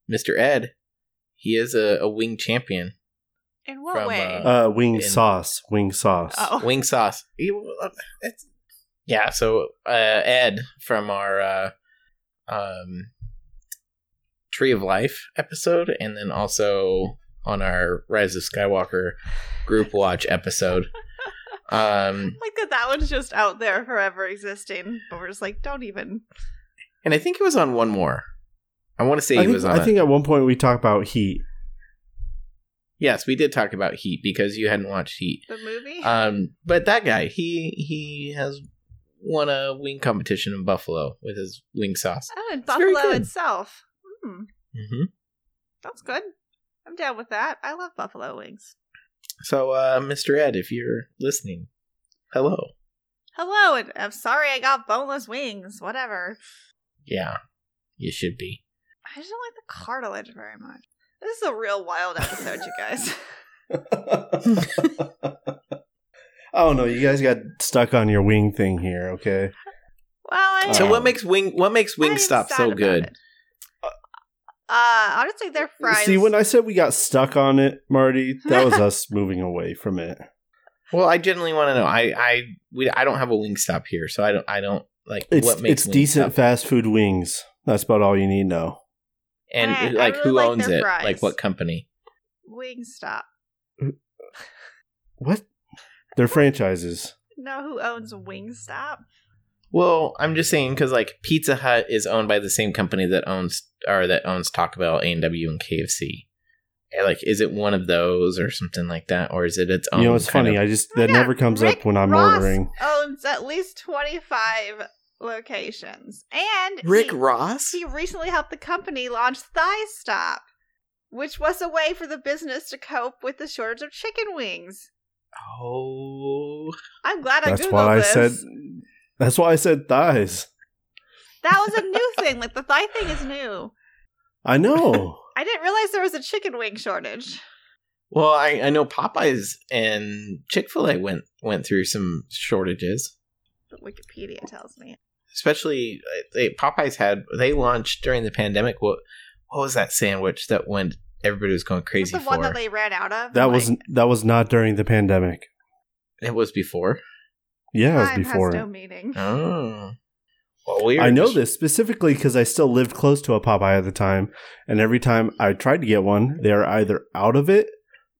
[SPEAKER 1] Mr. Ed. He is a, a wing champion.
[SPEAKER 2] In what
[SPEAKER 1] From,
[SPEAKER 2] way?
[SPEAKER 1] uh,
[SPEAKER 3] Uh, wing
[SPEAKER 1] And-
[SPEAKER 3] sauce. Wing sauce.
[SPEAKER 2] oh,
[SPEAKER 1] wing sauce. You- it's- Yeah, so uh, Ed from our uh, um, Tree of Life episode, and then also on our Rise of Skywalker group watch episode. Um,
[SPEAKER 2] like that that one's just out there forever existing but we're just like don't even
[SPEAKER 1] and I think he was on one more. I want to say
[SPEAKER 3] I,
[SPEAKER 1] he
[SPEAKER 3] think,
[SPEAKER 1] was on.
[SPEAKER 3] I
[SPEAKER 1] a-
[SPEAKER 3] think at one point we talked about heat.
[SPEAKER 1] yes, we did talk about Heat because you hadn't watched Heat.
[SPEAKER 2] the movie
[SPEAKER 1] Um, but that guy, he he has won a wing competition in Buffalo with his wing sauce.
[SPEAKER 2] oh and
[SPEAKER 1] it's very
[SPEAKER 2] buffalo
[SPEAKER 1] good.
[SPEAKER 2] itself hmm
[SPEAKER 1] hmm
[SPEAKER 3] Mm-hmm.
[SPEAKER 2] that's good i'm down with that i love buffalo wings
[SPEAKER 1] So, uh, Mr. Ed, if you're listening, hello.
[SPEAKER 2] hello and i'm sorry i got boneless wings whatever
[SPEAKER 1] Yeah, you should be.
[SPEAKER 2] i just don't like the cartilage very much this is a real wild episode you guys
[SPEAKER 3] oh no, you guys got stuck on your wing thing here. Okay.
[SPEAKER 2] well i
[SPEAKER 1] so,
[SPEAKER 3] Uh,
[SPEAKER 1] what makes wing what makes
[SPEAKER 2] I'm
[SPEAKER 1] Wingstop
[SPEAKER 2] sad
[SPEAKER 1] so
[SPEAKER 2] about
[SPEAKER 1] good?
[SPEAKER 2] it. uh honestly their fries
[SPEAKER 3] See, when I said we got stuck on it, Marty, that was us moving away from it.
[SPEAKER 1] Well, I generally want to know. I I we I don't have a Wingstop here, so I don't I don't like
[SPEAKER 3] It's
[SPEAKER 1] what makes
[SPEAKER 3] it's decent
[SPEAKER 1] Wingstop-
[SPEAKER 3] fast food wings. That's about all you need to know.
[SPEAKER 1] and
[SPEAKER 2] I- I
[SPEAKER 1] like
[SPEAKER 2] really
[SPEAKER 1] who
[SPEAKER 2] like
[SPEAKER 1] owns
[SPEAKER 2] their
[SPEAKER 1] it?
[SPEAKER 2] fries.
[SPEAKER 1] Like what company?
[SPEAKER 2] wingstop
[SPEAKER 3] What? They're franchises.
[SPEAKER 2] know who owns wingstop
[SPEAKER 1] Well, I'm just saying because like Pizza Hut is owned by the same company that owns or that owns Taco Bell, A and W, and KFC. And, Like, is it one of those or something like that, or is it its own?
[SPEAKER 3] you know, it's
[SPEAKER 1] Um, kind
[SPEAKER 3] funny.
[SPEAKER 1] of-
[SPEAKER 3] I just
[SPEAKER 2] Oh my
[SPEAKER 3] that
[SPEAKER 2] God,
[SPEAKER 3] never comes
[SPEAKER 2] Rick
[SPEAKER 3] up when I'm
[SPEAKER 2] Ross
[SPEAKER 3] ordering.
[SPEAKER 2] Owns at least 25 locations. And
[SPEAKER 1] Rick
[SPEAKER 2] he,
[SPEAKER 1] Ross.
[SPEAKER 2] he recently helped the company launch Thigh Stop, which was a way for the business to cope with the shortage of chicken wings.
[SPEAKER 1] Oh,
[SPEAKER 2] I'm glad I
[SPEAKER 3] That's
[SPEAKER 2] googled
[SPEAKER 3] why I
[SPEAKER 2] this.
[SPEAKER 3] said. That's why I said thighs.
[SPEAKER 2] That was a new thing. Like the thigh thing is new.
[SPEAKER 3] I know.
[SPEAKER 2] I didn't realize there was a chicken wing shortage.
[SPEAKER 1] Well, I, I know Popeyes and Chick Fil A went went through some shortages,
[SPEAKER 2] But Wikipedia tells me.
[SPEAKER 1] especially uh, they, Popeyes had they launched during the pandemic. What what was that sandwich that went everybody was going
[SPEAKER 2] Is
[SPEAKER 1] crazy
[SPEAKER 2] the
[SPEAKER 1] for?
[SPEAKER 2] one that they ran out of?
[SPEAKER 3] that
[SPEAKER 2] I'm
[SPEAKER 3] was
[SPEAKER 2] like,
[SPEAKER 3] that was not during the pandemic.
[SPEAKER 1] it was before.
[SPEAKER 3] Yeah, it
[SPEAKER 2] time
[SPEAKER 3] was before.
[SPEAKER 2] has no meaning.
[SPEAKER 1] Oh, well, we
[SPEAKER 3] I know
[SPEAKER 1] this.
[SPEAKER 3] this specifically because I still lived close to a Popeye at the time, and every time I tried to get one, they were either out of it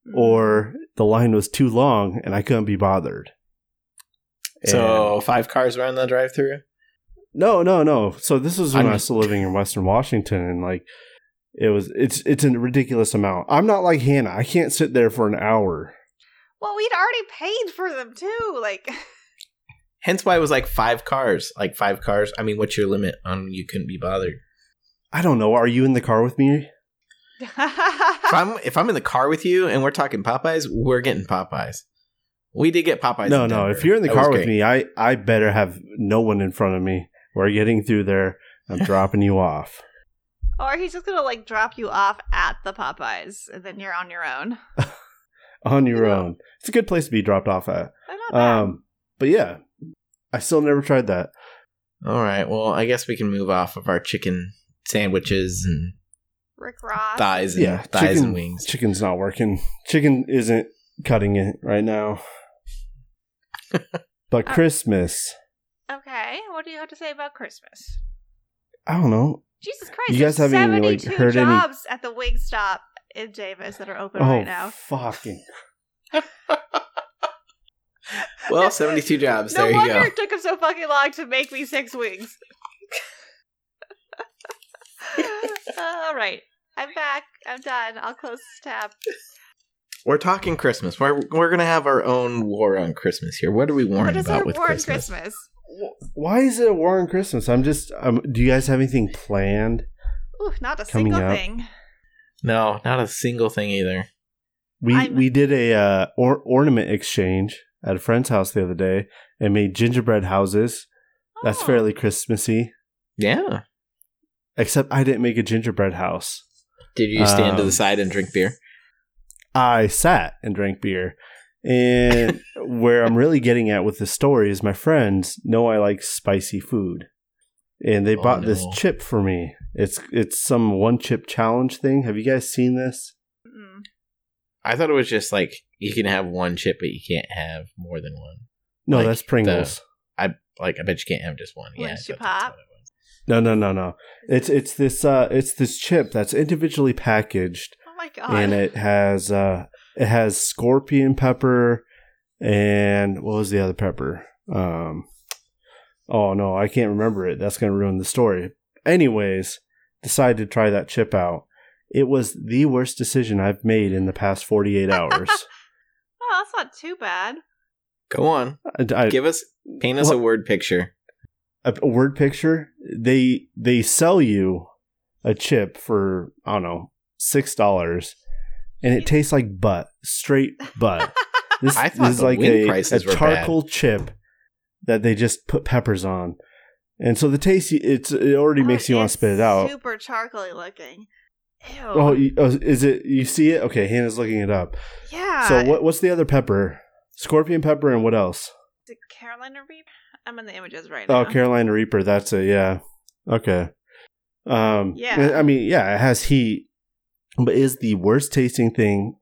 [SPEAKER 2] Mm.
[SPEAKER 3] or the line was too long and I couldn't be bothered.
[SPEAKER 1] So five cars were in the drive-through.
[SPEAKER 3] No, no, no. So this was when
[SPEAKER 1] I'm-
[SPEAKER 3] i was still living in Western Washington, and like it was, it's it's a ridiculous amount. I'm not like Hannah. I can't sit there for an hour.
[SPEAKER 2] Well, we'd already paid for them too. Like,
[SPEAKER 1] Hence why it was like five cars. Like five cars. I mean, what's your limit on you couldn't be bothered?
[SPEAKER 3] I don't know. Are you in the car with me?
[SPEAKER 1] If I'm if I'm in the car with you and we're talking Popeyes, we're getting Popeyes. We did get Popeyes.
[SPEAKER 3] no,
[SPEAKER 1] in
[SPEAKER 3] no.
[SPEAKER 1] Denver.
[SPEAKER 3] If you're in the
[SPEAKER 1] That was
[SPEAKER 3] car with
[SPEAKER 1] great.
[SPEAKER 3] me, I I better have no one in front of me. We're getting through there. I'm dropping you off.
[SPEAKER 2] or he's just gonna like drop you off at the Popeyes, and then you're on your own.
[SPEAKER 3] on your
[SPEAKER 2] Yeah.
[SPEAKER 3] own. It's a good place to be dropped off at.
[SPEAKER 2] They're not bad.
[SPEAKER 3] Um, but yeah, I still never tried that.
[SPEAKER 1] All right. Well, I guess we can move off of our chicken sandwiches and
[SPEAKER 2] Rick Ross.
[SPEAKER 1] thighs and
[SPEAKER 3] yeah,
[SPEAKER 1] thighs
[SPEAKER 3] chicken,
[SPEAKER 1] and wings.
[SPEAKER 3] Chicken's not working. Chicken isn't cutting it right now. but
[SPEAKER 2] Uh,
[SPEAKER 3] Christmas,
[SPEAKER 2] Okay, what do you have to say about Christmas?
[SPEAKER 3] I don't know.
[SPEAKER 2] Jesus Christ!
[SPEAKER 3] You guys
[SPEAKER 2] there's
[SPEAKER 3] haven't, like,
[SPEAKER 2] 72
[SPEAKER 3] heard any-
[SPEAKER 2] jobs at the Wingstop in Davis that are open
[SPEAKER 3] oh,
[SPEAKER 2] right now.
[SPEAKER 3] fucking!
[SPEAKER 1] Well, seventy two jobs.
[SPEAKER 2] No
[SPEAKER 1] there you
[SPEAKER 2] wonder
[SPEAKER 1] go.
[SPEAKER 2] it took him so fucking long to make me six wings. All right, I'm back. I'm done. I'll close this tab.
[SPEAKER 1] We're talking Christmas. We're we're gonna have our own war on Christmas here. What are we warring
[SPEAKER 2] what is our
[SPEAKER 1] about with
[SPEAKER 2] war on
[SPEAKER 1] Christmas?
[SPEAKER 2] Christmas?
[SPEAKER 3] Wh- Why is it a war on Christmas? I'm just. Um, do you guys have anything planned?
[SPEAKER 2] Ooh, not a
[SPEAKER 3] Coming
[SPEAKER 2] single
[SPEAKER 3] up.
[SPEAKER 2] thing.
[SPEAKER 1] No, not a single thing either.
[SPEAKER 3] We
[SPEAKER 2] I'm-
[SPEAKER 3] we did a uh, or- ornament exchange at a friend's house the other day and made gingerbread houses. That's
[SPEAKER 2] Oh.
[SPEAKER 3] fairly Christmassy.
[SPEAKER 1] Yeah.
[SPEAKER 3] Except I didn't make a gingerbread house.
[SPEAKER 1] Did you stand to
[SPEAKER 3] Um,
[SPEAKER 1] the side and drink beer?
[SPEAKER 3] I sat and drank beer. And where I'm really getting at with the story is my friends know I like spicy food. And they
[SPEAKER 1] Oh,
[SPEAKER 3] bought this
[SPEAKER 1] no.
[SPEAKER 3] chip for me. It's it's some one chip challenge thing. Have you guys seen this?
[SPEAKER 2] Mm.
[SPEAKER 1] I thought it was just like you can have one chip, but you can't have more than one.
[SPEAKER 3] No,
[SPEAKER 1] Like
[SPEAKER 3] that's Pringles.
[SPEAKER 1] Like I bet you can't have just one. Yeah, I
[SPEAKER 2] Once you
[SPEAKER 1] bet that's
[SPEAKER 2] pop.
[SPEAKER 1] what it was.
[SPEAKER 3] No, no, no, no. It's it's this uh it's this chip that's individually packaged
[SPEAKER 2] Oh my god!
[SPEAKER 3] and it has uh it has scorpion pepper and what was the other pepper? Um Oh no, I can't remember it. That's going to ruin the story. Anyways, decided to try that chip out. It was the worst decision I've made in the past 48 hours.
[SPEAKER 2] Oh, that's not too bad.
[SPEAKER 1] Go on,
[SPEAKER 3] I, I-
[SPEAKER 1] give us paint us a
[SPEAKER 3] Well-
[SPEAKER 1] word picture.
[SPEAKER 3] a, a word picture. They they sell you a chip for I don't know six dollars, and it tastes like butt, straight butt. This,
[SPEAKER 1] I thought
[SPEAKER 3] this is
[SPEAKER 1] the
[SPEAKER 3] like
[SPEAKER 1] wing
[SPEAKER 3] a,
[SPEAKER 1] prices
[SPEAKER 3] a
[SPEAKER 1] were bad.
[SPEAKER 3] charcoal chip that they just put peppers on, and so the taste it's it already makes you want to spit it out.
[SPEAKER 2] Super charcoaly looking. Ew.
[SPEAKER 3] Oh, you, oh, is it? You see it? Okay, Hannah's looking it up.
[SPEAKER 2] yeah.
[SPEAKER 3] so what? What's the other pepper? Scorpion pepper and what else?
[SPEAKER 2] Is it Carolina Reap? I'm in the images right now.
[SPEAKER 3] Oh, Carolina Reaper. That's it. Yeah. Okay. Um.
[SPEAKER 2] Yeah.
[SPEAKER 3] I mean, yeah, it has heat, but is the worst tasting thing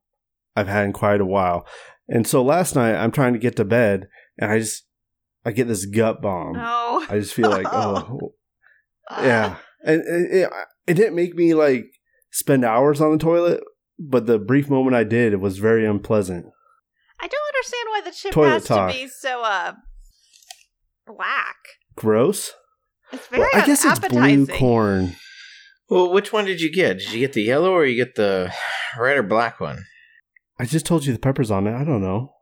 [SPEAKER 3] I've had in quite a while. And so last night I'm trying to get to bed, and I just I get this gut bomb.
[SPEAKER 2] No.
[SPEAKER 3] I just feel like oh yeah, and it, it, it didn't make me like spend hours on the toilet, but the brief moment I did, it was very unpleasant.
[SPEAKER 2] I don't understand why the chip
[SPEAKER 3] Toilet
[SPEAKER 2] has
[SPEAKER 3] talk.
[SPEAKER 2] to be so uh black.
[SPEAKER 3] Gross.
[SPEAKER 2] It's very
[SPEAKER 3] Well, I guess it's blue
[SPEAKER 2] unappetizing.
[SPEAKER 3] corn.
[SPEAKER 1] Well, which one did you get? Did you get the yellow or you get the red or black one?
[SPEAKER 3] I just told you the peppers on it. I don't know.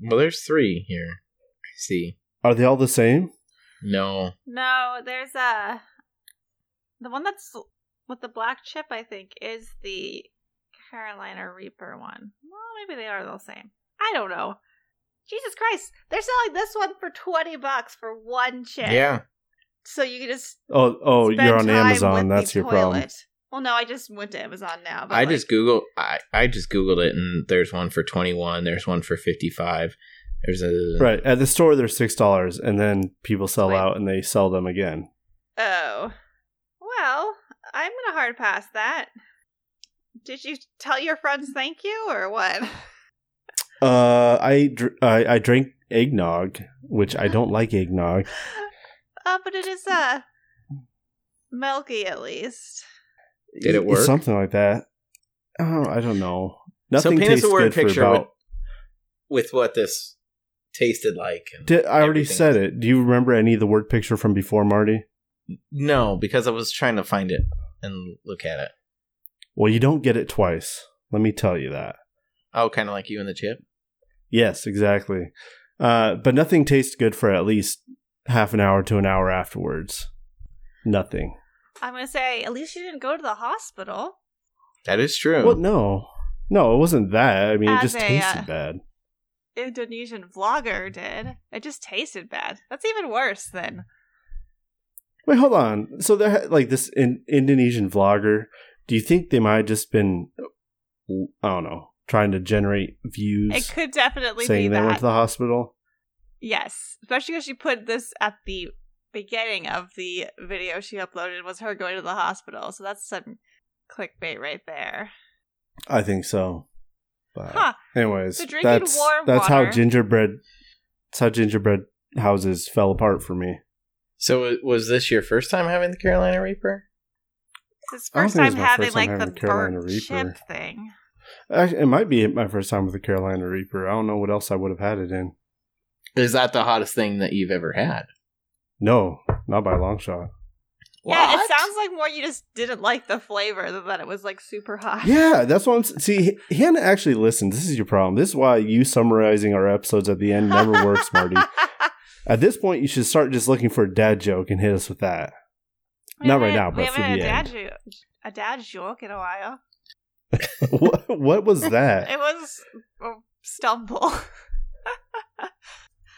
[SPEAKER 1] Well, there's three here. I see.
[SPEAKER 3] Are they all the same?
[SPEAKER 1] No,
[SPEAKER 2] No, there's a the one that's with the black chip. I think is the Carolina Reaper one. Well, maybe they are the same. I don't know. Jesus Christ, they're selling this one for twenty bucks for one chip.
[SPEAKER 1] yeah.
[SPEAKER 2] So you can just
[SPEAKER 3] Oh, oh,
[SPEAKER 2] spend
[SPEAKER 3] you're on
[SPEAKER 2] time
[SPEAKER 3] Amazon.
[SPEAKER 2] with the
[SPEAKER 3] That's your problem.
[SPEAKER 2] toilet. Well, no, I just went to Amazon now. But
[SPEAKER 1] I
[SPEAKER 2] like-
[SPEAKER 1] just googled I, I just googled it and there's one for 21, there's one for 55. There's a
[SPEAKER 3] Right at the store, they're six dollars, and then people sell
[SPEAKER 2] Wait.
[SPEAKER 3] out and they sell them again.
[SPEAKER 2] Oh. Well, I'm going to hard pass that. Did you tell your friends thank you or what?
[SPEAKER 3] Uh, I dr- I, I drank eggnog, which I don't like eggnog.
[SPEAKER 2] Uh, but it is uh milky at least.
[SPEAKER 1] Did it
[SPEAKER 3] It's
[SPEAKER 1] work?
[SPEAKER 3] something like that. Oh, I don't know.
[SPEAKER 1] So
[SPEAKER 3] Nothing
[SPEAKER 1] paint us
[SPEAKER 3] tastes
[SPEAKER 1] a word
[SPEAKER 3] good
[SPEAKER 1] picture
[SPEAKER 3] for about.
[SPEAKER 1] with, with what this tasted like. and-
[SPEAKER 3] Did- I already
[SPEAKER 1] everything
[SPEAKER 3] said
[SPEAKER 1] else.
[SPEAKER 3] it. Do you remember any of the word picture from before, Marty?
[SPEAKER 1] No, because I was trying to find it and look at it.
[SPEAKER 3] Well, you don't get it twice. Let me tell you that.
[SPEAKER 1] Oh, kind of like you and the chip.
[SPEAKER 3] Yes, exactly. Uh, but nothing tastes good for at least half an hour to an hour afterwards. Nothing.
[SPEAKER 2] I'm gonna say at least you didn't go to the hospital.
[SPEAKER 1] That is true.
[SPEAKER 3] Well, no, no, it wasn't that. I mean, it
[SPEAKER 2] As
[SPEAKER 3] just
[SPEAKER 2] a,
[SPEAKER 3] tasted
[SPEAKER 2] uh,
[SPEAKER 3] bad.
[SPEAKER 2] Indonesian vlogger did. It just tasted bad. That's even worse than
[SPEAKER 3] Wait, hold on. So there, ha- like this in- Indonesian vlogger. Do you think they might have just been, I don't know, trying to generate
[SPEAKER 2] it
[SPEAKER 3] views,
[SPEAKER 2] could definitely be
[SPEAKER 3] saying they went
[SPEAKER 2] that.
[SPEAKER 3] to the hospital?
[SPEAKER 2] yes, especially because she put this at the beginning of the video she uploaded was her going to the hospital. So that's some clickbait right there.
[SPEAKER 3] I think so. But
[SPEAKER 2] Huh.
[SPEAKER 3] anyways,
[SPEAKER 2] So drinking
[SPEAKER 3] that's
[SPEAKER 2] warm
[SPEAKER 3] that's how
[SPEAKER 2] water-
[SPEAKER 3] gingerbread. That's how gingerbread houses fell apart for me.
[SPEAKER 1] So wa- was this your first time having the Carolina Reaper?
[SPEAKER 2] It's his
[SPEAKER 3] I don't
[SPEAKER 2] first
[SPEAKER 3] think
[SPEAKER 2] time
[SPEAKER 3] it's my
[SPEAKER 2] having
[SPEAKER 3] first time
[SPEAKER 2] like
[SPEAKER 3] having
[SPEAKER 2] the
[SPEAKER 3] the Carolina
[SPEAKER 2] burnt
[SPEAKER 3] Reaper.
[SPEAKER 2] chip thing.
[SPEAKER 3] Actually, it might be my first time with the Carolina Reaper. I don't know what else I would have had it in.
[SPEAKER 1] Is that the hottest thing that you've ever had?
[SPEAKER 3] No, not by a long shot.
[SPEAKER 2] Yeah, it
[SPEAKER 1] What?
[SPEAKER 2] sounds like more you just didn't like the flavor than that it was like super hot.
[SPEAKER 3] Yeah, that's what I'm. s- See, Hannah actually listened. This is your problem. This is why you summarizing our episodes at the end never works, Marty. At this point, you should start just looking for a dad joke and hit us with that.
[SPEAKER 2] We
[SPEAKER 3] Not right
[SPEAKER 2] haven't-
[SPEAKER 3] now,
[SPEAKER 2] we
[SPEAKER 3] but for
[SPEAKER 2] haven't
[SPEAKER 3] the
[SPEAKER 2] had
[SPEAKER 3] end.
[SPEAKER 2] a dad jo- a dad joke in a while.
[SPEAKER 3] what, what was that?
[SPEAKER 2] It was a stumble.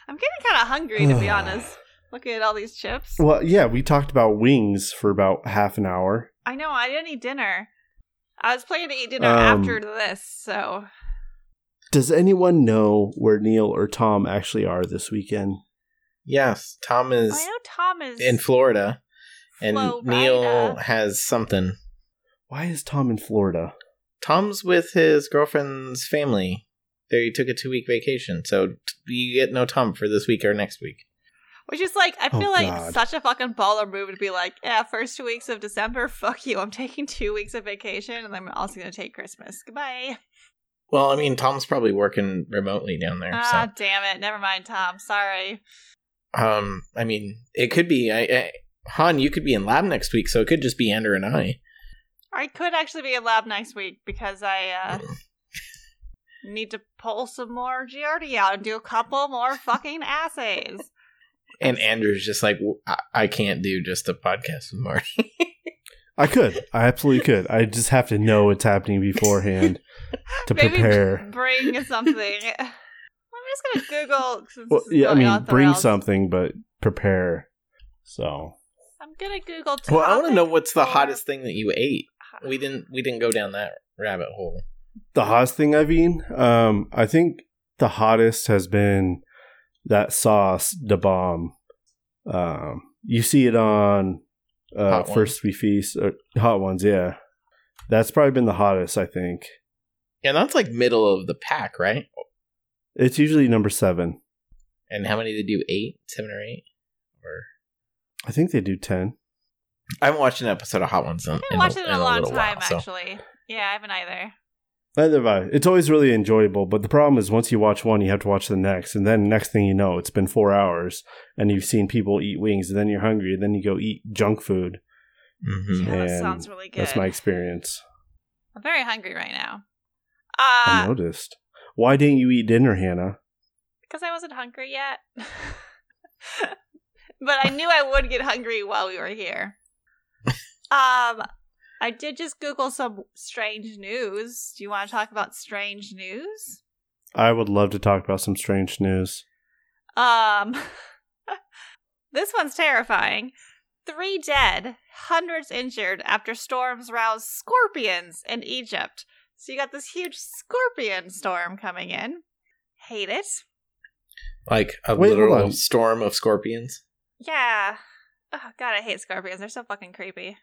[SPEAKER 2] I'm getting kind of hungry to be honest. Looking at all these chips,
[SPEAKER 3] Well, yeah, we talked about wings for about half an hour.
[SPEAKER 2] I know I didn't eat dinner. I was planning to eat dinner
[SPEAKER 3] Um,
[SPEAKER 2] after this, so
[SPEAKER 3] Does anyone know where Neil or Tom actually are this weekend?
[SPEAKER 1] Yes, Tom is
[SPEAKER 2] I know Tom is
[SPEAKER 1] in Florida, and
[SPEAKER 2] Florida.
[SPEAKER 1] Neil has something.
[SPEAKER 3] Why is Tom in Florida?
[SPEAKER 1] Tom's with his girlfriend's family. They took a two week vacation, so t- you get no Tom for this week or next week.
[SPEAKER 2] Which is like, I
[SPEAKER 3] Oh,
[SPEAKER 2] feel like
[SPEAKER 3] God.
[SPEAKER 2] such a fucking baller move to be like, yeah, first two weeks of December, fuck you. I'm taking two weeks of vacation and I'm also going to take Christmas. Goodbye.
[SPEAKER 1] Well, I mean, Tom's probably working remotely down there.
[SPEAKER 2] Ah, damn it. Never mind, Tom. Sorry.
[SPEAKER 1] So, um, I mean, it could be. I, I, Han, you could be in lab next week, so it could just be Ender and I.
[SPEAKER 2] I could actually be in lab next week because I
[SPEAKER 1] Ah.
[SPEAKER 2] uh, need to pull some more GRD out and do a couple more fucking assays.
[SPEAKER 1] And Andrew's just like, "W- I, I can't do just a podcast with Marty.
[SPEAKER 3] I could. I absolutely could. I just have to know what's happening beforehand to
[SPEAKER 2] Maybe
[SPEAKER 3] prepare.
[SPEAKER 2] bring something. I'm just going to Google. since
[SPEAKER 3] Well,
[SPEAKER 2] this is
[SPEAKER 3] yeah, I
[SPEAKER 2] going off
[SPEAKER 3] mean,
[SPEAKER 2] the
[SPEAKER 3] bring
[SPEAKER 2] rails.
[SPEAKER 3] something, but prepare. So
[SPEAKER 2] I'm going to Google.
[SPEAKER 1] well, I want to
[SPEAKER 2] topic
[SPEAKER 1] know what's the
[SPEAKER 2] for-
[SPEAKER 1] hottest thing that you ate. We didn't. We didn't go down that rabbit hole.
[SPEAKER 3] the hottest thing I've eaten, um, I think the hottest has been that sauce, the bomb. Um, you see it on uh,
[SPEAKER 1] Hot Ones.
[SPEAKER 3] First We Feast, or hot ones, yeah. That's probably been the hottest. I think
[SPEAKER 1] Yeah, that's like middle of the pack, right?
[SPEAKER 3] it's usually number seven.
[SPEAKER 1] And how many did you do? Eight, seven, or eight? Or
[SPEAKER 3] I think they do ten.
[SPEAKER 1] I haven't watched an episode of Hot Ones. In,
[SPEAKER 2] I
[SPEAKER 1] in
[SPEAKER 2] haven't watched it in a long
[SPEAKER 1] little
[SPEAKER 2] time,
[SPEAKER 1] while, so-
[SPEAKER 2] actually. Yeah, I haven't either.
[SPEAKER 3] Neither have I. It's always really enjoyable, but the problem is once you watch one, you have to watch the next, and then next thing you know, it's been four hours, and you've seen people eat wings, and then you're hungry, and then you go eat junk food.
[SPEAKER 1] Mhm.
[SPEAKER 2] Yeah, that
[SPEAKER 3] And
[SPEAKER 2] sounds really good.
[SPEAKER 3] That's my experience.
[SPEAKER 2] I'm very hungry right now.
[SPEAKER 3] I
[SPEAKER 2] Uh,
[SPEAKER 3] noticed. Why didn't you eat dinner, Hannah?
[SPEAKER 2] because I wasn't hungry yet. but I knew I would get hungry while we were here. Um, I did just Google some strange news. Do you want to talk about strange news?
[SPEAKER 3] I would love to talk about some strange news.
[SPEAKER 2] Um, this one's terrifying. Three dead, hundreds injured after storms rouse scorpions in Egypt. So you got this huge scorpion storm coming in. Hate it.
[SPEAKER 1] Like a
[SPEAKER 3] Wait, hold
[SPEAKER 1] literal
[SPEAKER 3] on.
[SPEAKER 1] storm of scorpions.
[SPEAKER 2] Yeah. Oh, God, I hate scorpions. They're so fucking creepy.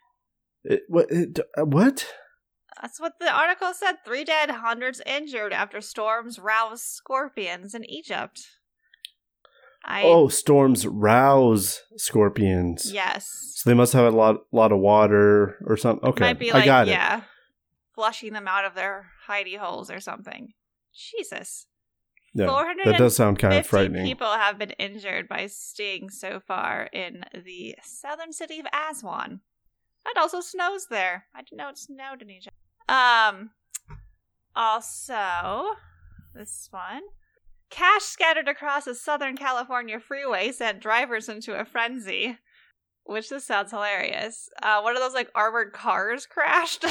[SPEAKER 3] It, what? It, uh, what?
[SPEAKER 2] That's what the article said. Three dead, hundreds injured after storms rouse scorpions in Egypt. I.
[SPEAKER 3] oh, storms rouse scorpions.
[SPEAKER 2] Yes.
[SPEAKER 3] So they must have a lot, lot of water or something. Okay,
[SPEAKER 2] Might be like,
[SPEAKER 3] I got it.
[SPEAKER 2] yeah, flushing them out of their hidey holes or something. Jesus.
[SPEAKER 3] Yeah,
[SPEAKER 2] 450
[SPEAKER 3] that does sound kind of
[SPEAKER 2] 50
[SPEAKER 3] frightening.
[SPEAKER 2] people have been injured by stings so far in the southern city of Aswan. It also snows there. I didn't know it snowed in Egypt. Um, also, this one. Cash scattered across a Southern California freeway sent drivers into a frenzy, which this sounds hilarious. Uh, one of those like armored cars crashed.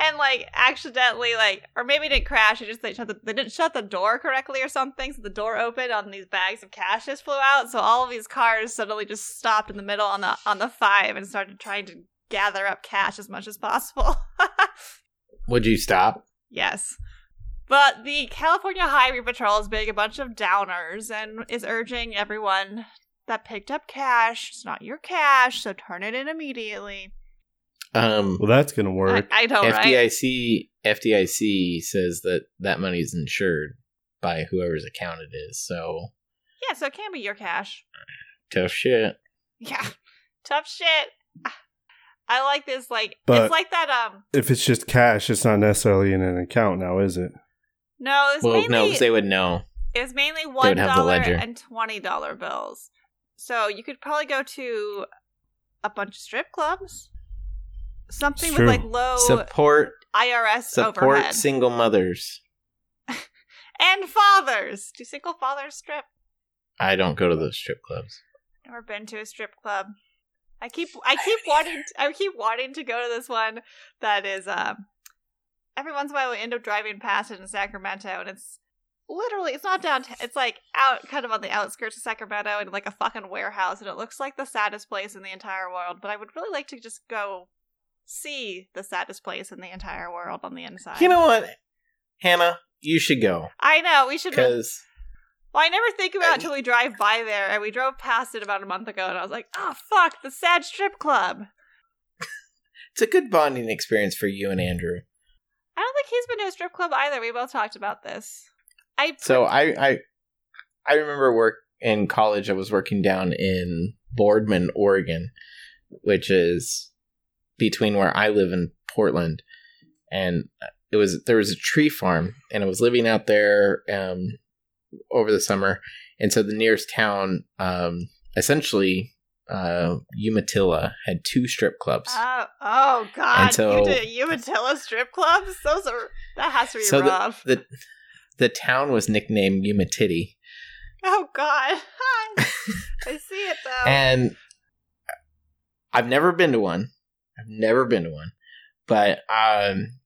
[SPEAKER 2] and like accidentally like or maybe it didn't crash it just they shut the, they didn't shut the door correctly or something so the door opened on these bags of cash just flew out so all of these cars suddenly just stopped in the middle on the on the five and started trying to gather up cash as much as possible
[SPEAKER 1] Would you stop?
[SPEAKER 2] yes but the california highway patrol is being a bunch of downers and is urging everyone that picked up cash it's not your cash so turn it in immediately
[SPEAKER 1] Um,
[SPEAKER 3] Well, that's gonna
[SPEAKER 2] I,
[SPEAKER 3] work.
[SPEAKER 2] I know right
[SPEAKER 1] FDIC FDIC says that that money is insured by whoever's account it is. So
[SPEAKER 2] yeah so it can be your cash
[SPEAKER 1] tough shit.
[SPEAKER 2] Yeah. Tough shit. I like this like
[SPEAKER 3] But-
[SPEAKER 2] it's like that um
[SPEAKER 3] if it's just cash, it's not necessarily in an account now, is it?
[SPEAKER 2] no, it's
[SPEAKER 1] well,
[SPEAKER 2] mainly
[SPEAKER 1] no, 'cause they would know.
[SPEAKER 2] it was mainly
[SPEAKER 1] They
[SPEAKER 2] one
[SPEAKER 1] would have the
[SPEAKER 2] dollar
[SPEAKER 1] ledger.
[SPEAKER 2] and twenty dollar bills. So you could probably go to a bunch of strip clubs. Something
[SPEAKER 3] It's
[SPEAKER 2] with like
[SPEAKER 3] true.
[SPEAKER 2] low
[SPEAKER 1] support
[SPEAKER 2] IRS
[SPEAKER 1] support
[SPEAKER 2] Oh, overhead.
[SPEAKER 1] single mothers.
[SPEAKER 2] and fathers. Do single fathers strip?
[SPEAKER 1] I don't go to those strip clubs.
[SPEAKER 2] Never been to a strip club. I keep I keep wanting I keep wanting to go to this one that is um every once in a while we end up driving past it in Sacramento and it's literally it's not downtown it's like out kind of on the outskirts of Sacramento in like a fucking warehouse and it looks like the saddest place in the entire world, but I would really like to just go see the saddest place in the entire world on the inside.
[SPEAKER 1] You know what, Hannah? You should go
[SPEAKER 2] I know, we should really
[SPEAKER 1] because
[SPEAKER 2] Well, I never think about it till we drive by there, and we drove past it about a month ago, and I was like, "Oh fuck, the sad strip club."
[SPEAKER 1] it's a good bonding experience for you and Andrew.
[SPEAKER 2] I don't think he's been to a strip club either. We both talked about this. I
[SPEAKER 1] So I I I remember work in college. I was working down in Boardman, Oregon, which is between where I live and Portland, and it was there was a tree farm, and I was living out there um, over the summer, and so the nearest town, um, essentially uh, Umatilla, had two strip clubs.
[SPEAKER 2] oh, oh god,
[SPEAKER 1] And so-
[SPEAKER 2] you did Umatilla strip clubs? Those are that has to be
[SPEAKER 1] So the-
[SPEAKER 2] rough.
[SPEAKER 1] the the town was nicknamed Umatitty.
[SPEAKER 2] oh god, I see it though.
[SPEAKER 1] and I've never been to one. I've never been to one, but um,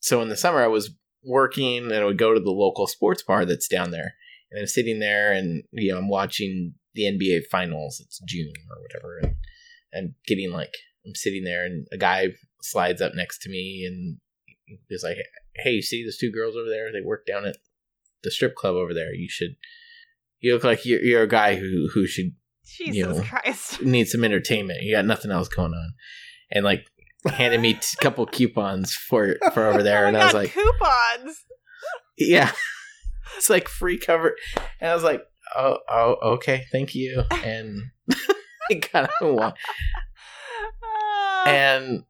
[SPEAKER 1] so in the summer I was working and I would go to the local sports bar that's down there, and I'm sitting there and you know I'm watching the NBA finals. It's June or whatever, and I'm getting like I'm sitting there and a guy slides up next to me and is like, "Hey, you see those two girls over there? They work down at the strip club over there. You should." You look like you're, you're a guy who, who should
[SPEAKER 2] Jesus
[SPEAKER 1] you.
[SPEAKER 2] Christ.
[SPEAKER 1] need some entertainment. You got nothing else going on, and like handed me a couple coupons for for over there,
[SPEAKER 2] Oh
[SPEAKER 1] and
[SPEAKER 2] my
[SPEAKER 1] I was
[SPEAKER 2] God,
[SPEAKER 1] like,
[SPEAKER 2] coupons.
[SPEAKER 1] yeah, it's like free cover, and I was like, oh, oh, okay, thank you, and I got up and walked,
[SPEAKER 2] Oh.
[SPEAKER 1] and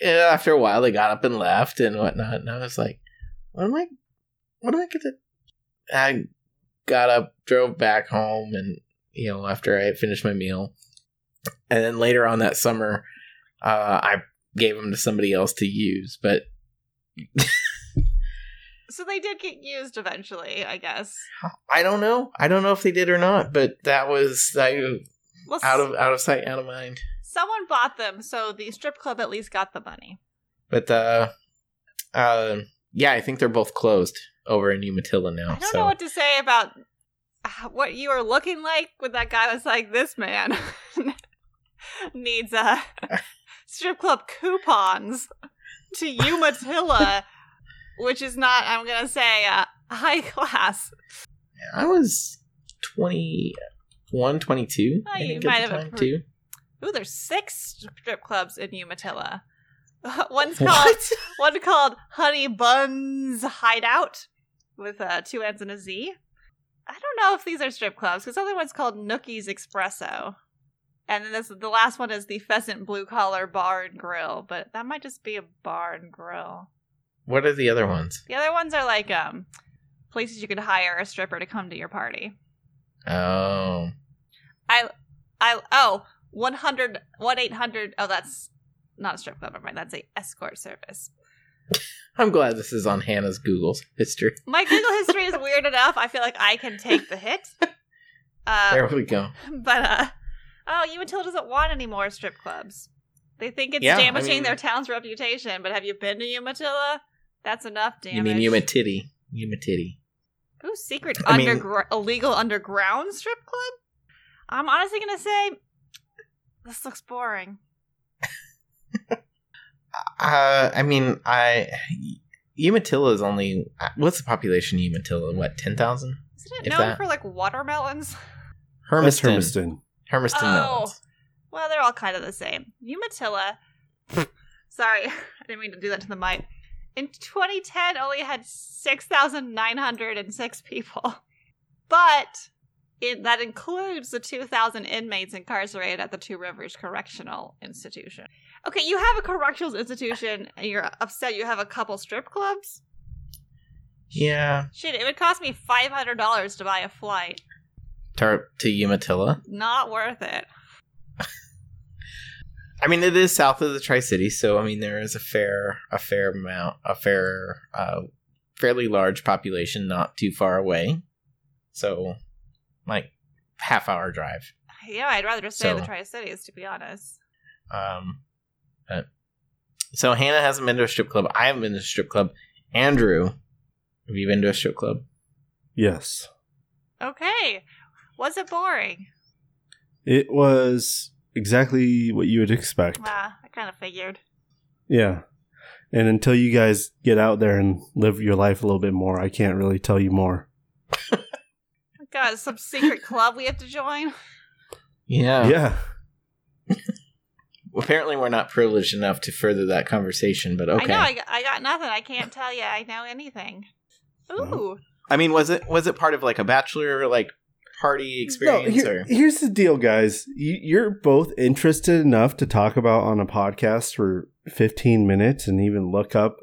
[SPEAKER 1] you know, after a while, they got up and left and whatnot, and I was like, what am I, what am I gonna? I got up, drove back home, and you know, after I had finished my meal. And then later on that summer, uh, I gave them to somebody else to use. But
[SPEAKER 2] so they did get used eventually, I guess.
[SPEAKER 1] I don't know. I don't know if they did or not. But that was I,
[SPEAKER 2] Well,
[SPEAKER 1] out of out of sight, out of mind.
[SPEAKER 2] someone bought them, so the strip club at least got the money.
[SPEAKER 1] But uh, uh, yeah, I think they're both closed over in Umatilla now.
[SPEAKER 2] I don't
[SPEAKER 1] Oh, so
[SPEAKER 2] know what to say about uh, what you were looking like when that guy was like, "This man needs a strip club coupons to Umatilla," which is not, I'm gonna say, uh, high class.
[SPEAKER 1] I was 21, 22.
[SPEAKER 2] Oh,
[SPEAKER 1] I
[SPEAKER 2] you
[SPEAKER 1] think
[SPEAKER 2] might
[SPEAKER 1] at the
[SPEAKER 2] have
[SPEAKER 1] time
[SPEAKER 2] approved.
[SPEAKER 1] too.
[SPEAKER 2] Ooh, there's six strip clubs in Umatilla. One's called one called Honey Buns Hideout with uh, two N's and a Z. I don't know if these are strip clubs because other one's called Nookie's Espresso, and then this the last one is the Pheasant Blue Collar Bar and Grill, but that might just be a bar and grill.
[SPEAKER 1] What are the other ones?
[SPEAKER 2] The other ones are like um places you could hire a stripper to come to your party.
[SPEAKER 1] Oh,
[SPEAKER 2] I I oh 100 1 800 oh that's not a strip club never mind that's a escort service
[SPEAKER 1] I'm glad this is on Hannah's Google's history.
[SPEAKER 2] My Google history is weird enough. I feel like I can take the hit. Uh,
[SPEAKER 1] There we go.
[SPEAKER 2] but uh, oh, Umatilla doesn't want any more strip clubs. They think it's
[SPEAKER 1] Yeah, I
[SPEAKER 2] damaging
[SPEAKER 1] mean-
[SPEAKER 2] their town's reputation. But have you been to Umatilla? That's enough damage.
[SPEAKER 1] You mean Umatitty? Umatitty.
[SPEAKER 2] Ooh, secret
[SPEAKER 1] I mean-
[SPEAKER 2] undergr- illegal underground strip club? I'm honestly gonna say this looks boring.
[SPEAKER 1] Uh, I mean, I Umatilla is only uh, what's the population of Umatilla? What ten thousand?
[SPEAKER 2] Isn't it
[SPEAKER 1] If
[SPEAKER 2] known
[SPEAKER 1] that-
[SPEAKER 2] for like watermelons?
[SPEAKER 3] That's
[SPEAKER 1] Hermiston. Hermiston.
[SPEAKER 3] Hermiston.
[SPEAKER 1] Hermiston
[SPEAKER 2] Oh.
[SPEAKER 1] melons.
[SPEAKER 2] Well, they're all kind of the same. Umatilla. Sorry, I didn't mean to do that to the mic. In 2010, only had 6,906 people. But it, that includes the 2,000 inmates incarcerated at the Two Rivers Correctional Institution. Okay, you have a correctional institution and you're upset you have a couple strip clubs?
[SPEAKER 1] Yeah,
[SPEAKER 2] Shit, it would cost me $500 to buy a flight.
[SPEAKER 1] to, to Umatilla.
[SPEAKER 2] Not worth it.
[SPEAKER 1] I mean, it is south of the Tri Cities, so I mean, there is a fair, a fair amount, a fair, uh, fairly large population, not too far away. So, like half hour drive.
[SPEAKER 2] Yeah, I'd rather just stay in the
[SPEAKER 1] So-
[SPEAKER 2] Tri Cities, to be honest.
[SPEAKER 1] Um, but- so Hannah hasn't been to a strip club. I haven't been to a strip club. Andrew, have you been to a strip club?
[SPEAKER 3] Yes.
[SPEAKER 2] Okay. Was it boring?
[SPEAKER 3] It was exactly what you would expect.
[SPEAKER 2] Ah, I kind of figured.
[SPEAKER 3] Yeah. And until you guys get out there and live your life a little bit more, I can't really tell you more.
[SPEAKER 2] God, some secret club we have to join.
[SPEAKER 1] Yeah.
[SPEAKER 3] yeah.
[SPEAKER 1] Apparently, we're not privileged enough to further that conversation, but okay.
[SPEAKER 2] I know. I got, I got nothing. I can't tell you. I know anything. Ooh.
[SPEAKER 1] I mean, was it was it part of like a bachelor like party experience
[SPEAKER 3] No, here-
[SPEAKER 1] or?
[SPEAKER 3] Here's the deal, guys. You, you're both interested enough to talk about on a podcast for 15 minutes and even look up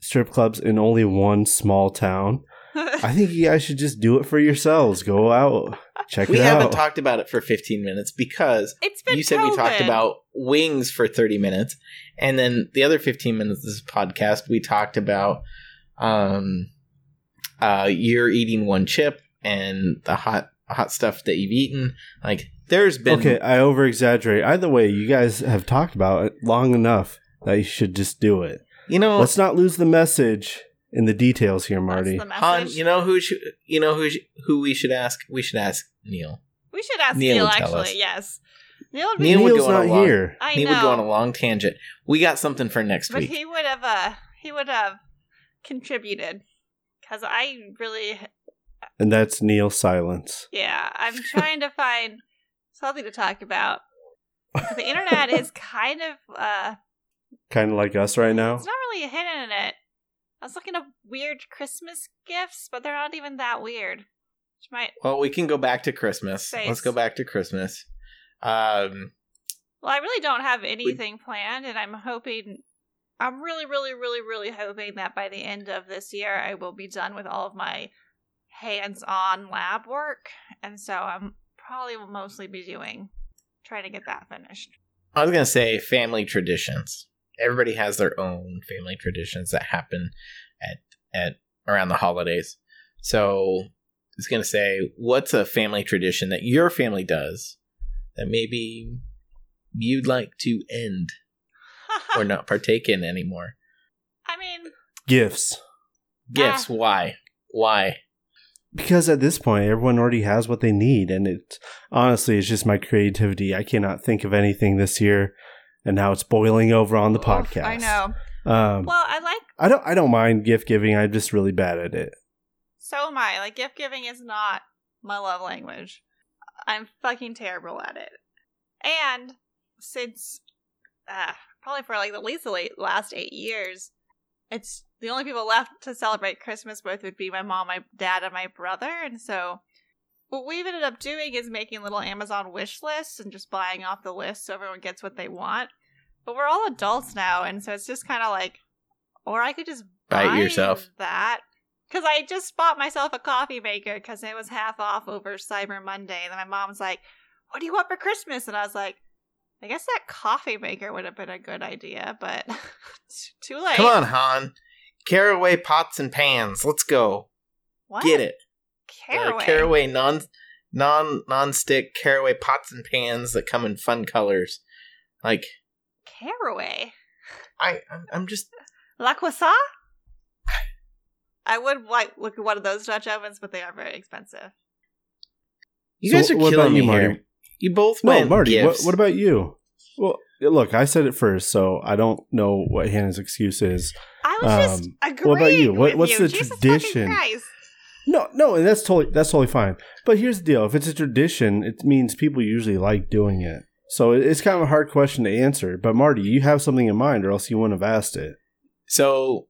[SPEAKER 3] strip clubs in only one small town. I think you guys should just do it for yourselves. Go out, check
[SPEAKER 1] We
[SPEAKER 3] it
[SPEAKER 1] haven't
[SPEAKER 3] out.
[SPEAKER 1] talked about it for 15 minutes because
[SPEAKER 2] it's been
[SPEAKER 1] you said we talked
[SPEAKER 2] COVID.
[SPEAKER 1] about wings for 30 minutes, and then the other 15 minutes of this podcast we talked about um, uh, you're eating one chip and the hot hot stuff that you've eaten. Like there's been
[SPEAKER 3] okay, I over exaggerate. Either way, you guys have talked about it long enough that you should just do it.
[SPEAKER 1] you know
[SPEAKER 3] Let's not lose the message in the details here,
[SPEAKER 2] That's
[SPEAKER 3] Marty.
[SPEAKER 2] the message.
[SPEAKER 1] Han, you know who should, you know who sh- who we should ask? We should ask Neil.
[SPEAKER 2] we should ask
[SPEAKER 1] Neil
[SPEAKER 2] Neil,
[SPEAKER 1] will tell
[SPEAKER 2] actually.
[SPEAKER 1] us.
[SPEAKER 2] Yes. Neil would be.
[SPEAKER 1] Neil would
[SPEAKER 3] Neil's
[SPEAKER 1] go on
[SPEAKER 3] not
[SPEAKER 1] a long-
[SPEAKER 3] here.
[SPEAKER 2] I
[SPEAKER 1] Neil
[SPEAKER 2] know.
[SPEAKER 1] would go on a long tangent. We got something for next
[SPEAKER 2] but
[SPEAKER 1] week.
[SPEAKER 2] he would have. Uh, he would have contributed. Because I really
[SPEAKER 3] And that's Neil Silence.
[SPEAKER 2] Yeah, I'm trying to find something to talk about. The internet is kind of uh
[SPEAKER 3] Kind of like us right now.
[SPEAKER 2] it's not really hidden in it. I was looking up weird Christmas gifts, but they're not even that weird. Which might
[SPEAKER 1] well, we can go back to Christmas.
[SPEAKER 2] Space.
[SPEAKER 1] Let's go back to Christmas. Um,
[SPEAKER 2] well, I really don't have anything planned and I'm hoping I'm really, really, really, really hoping that by the end of this year I will be done with all of my hands on lab work. And so I'm probably will mostly be doing trying to get that finished.
[SPEAKER 1] I was gonna say family traditions. Everybody has their own family traditions that happen at at around the holidays. So I was gonna say, what's a family tradition that your family does that maybe you'd like to end or not partake in anymore?
[SPEAKER 2] I mean
[SPEAKER 3] Gifts.
[SPEAKER 1] Gifts? Why? Why?
[SPEAKER 3] Because at this point, everyone already has what they need. And it honestly, it's just my creativity. I cannot think of anything this year. And now it's boiling over on the
[SPEAKER 2] Oof,
[SPEAKER 3] podcast.
[SPEAKER 2] I know.
[SPEAKER 3] Um,
[SPEAKER 2] Well, I like
[SPEAKER 3] I don't. I don't mind gift giving. I'm just really bad at it.
[SPEAKER 2] so am I. Like gift giving is not my love language. I'm fucking terrible at it. And since uh, probably for like at least the late, last eight years, it's the only people left to celebrate Christmas with would be my mom, my dad, and my brother. And so what we've ended up doing is making little Amazon wish lists and just buying off the list so everyone gets what they want. But we're all adults now, and so it's just kind of like, or I could just
[SPEAKER 1] Bite
[SPEAKER 2] buy
[SPEAKER 1] yourself.
[SPEAKER 2] that. Because I just bought myself a coffee maker because it was half off over Cyber Monday. And then my mom was like, What do you want for Christmas? And I was like, I guess that coffee maker would have been a good idea, but it's too late.
[SPEAKER 1] Come on, Han. Caraway pots and pans. Let's go.
[SPEAKER 2] What?
[SPEAKER 1] Get it. They're
[SPEAKER 2] Caraway.
[SPEAKER 1] caraway non non non-stick caraway pots and pans that come in fun colors. Like
[SPEAKER 2] Caraway.
[SPEAKER 1] I I'm, I'm just
[SPEAKER 2] La Croissant? I would like look at one of those Dutch ovens, but they are very expensive.
[SPEAKER 1] you
[SPEAKER 3] So
[SPEAKER 1] guys are
[SPEAKER 3] what about
[SPEAKER 1] killing
[SPEAKER 3] you,
[SPEAKER 1] me
[SPEAKER 3] Marty?
[SPEAKER 1] here. You both
[SPEAKER 3] No,
[SPEAKER 1] went
[SPEAKER 3] Marty, what,
[SPEAKER 1] gifts.
[SPEAKER 3] what about you? Well, look, I said it first, so I don't know what Hannah's excuse is.
[SPEAKER 2] I was just
[SPEAKER 3] Um,
[SPEAKER 2] agreeing.
[SPEAKER 3] what about you? What-
[SPEAKER 2] with
[SPEAKER 3] what's
[SPEAKER 2] you.
[SPEAKER 3] the
[SPEAKER 2] Jesus fucking
[SPEAKER 3] tradition?
[SPEAKER 2] Christ.
[SPEAKER 3] No, no, and that's totally that's totally fine. But here's the deal: if it's a tradition, it means people usually like doing it. So it- it's kind of a hard question to answer. But Marty, you have something in mind, or else you wouldn't have asked it.
[SPEAKER 1] so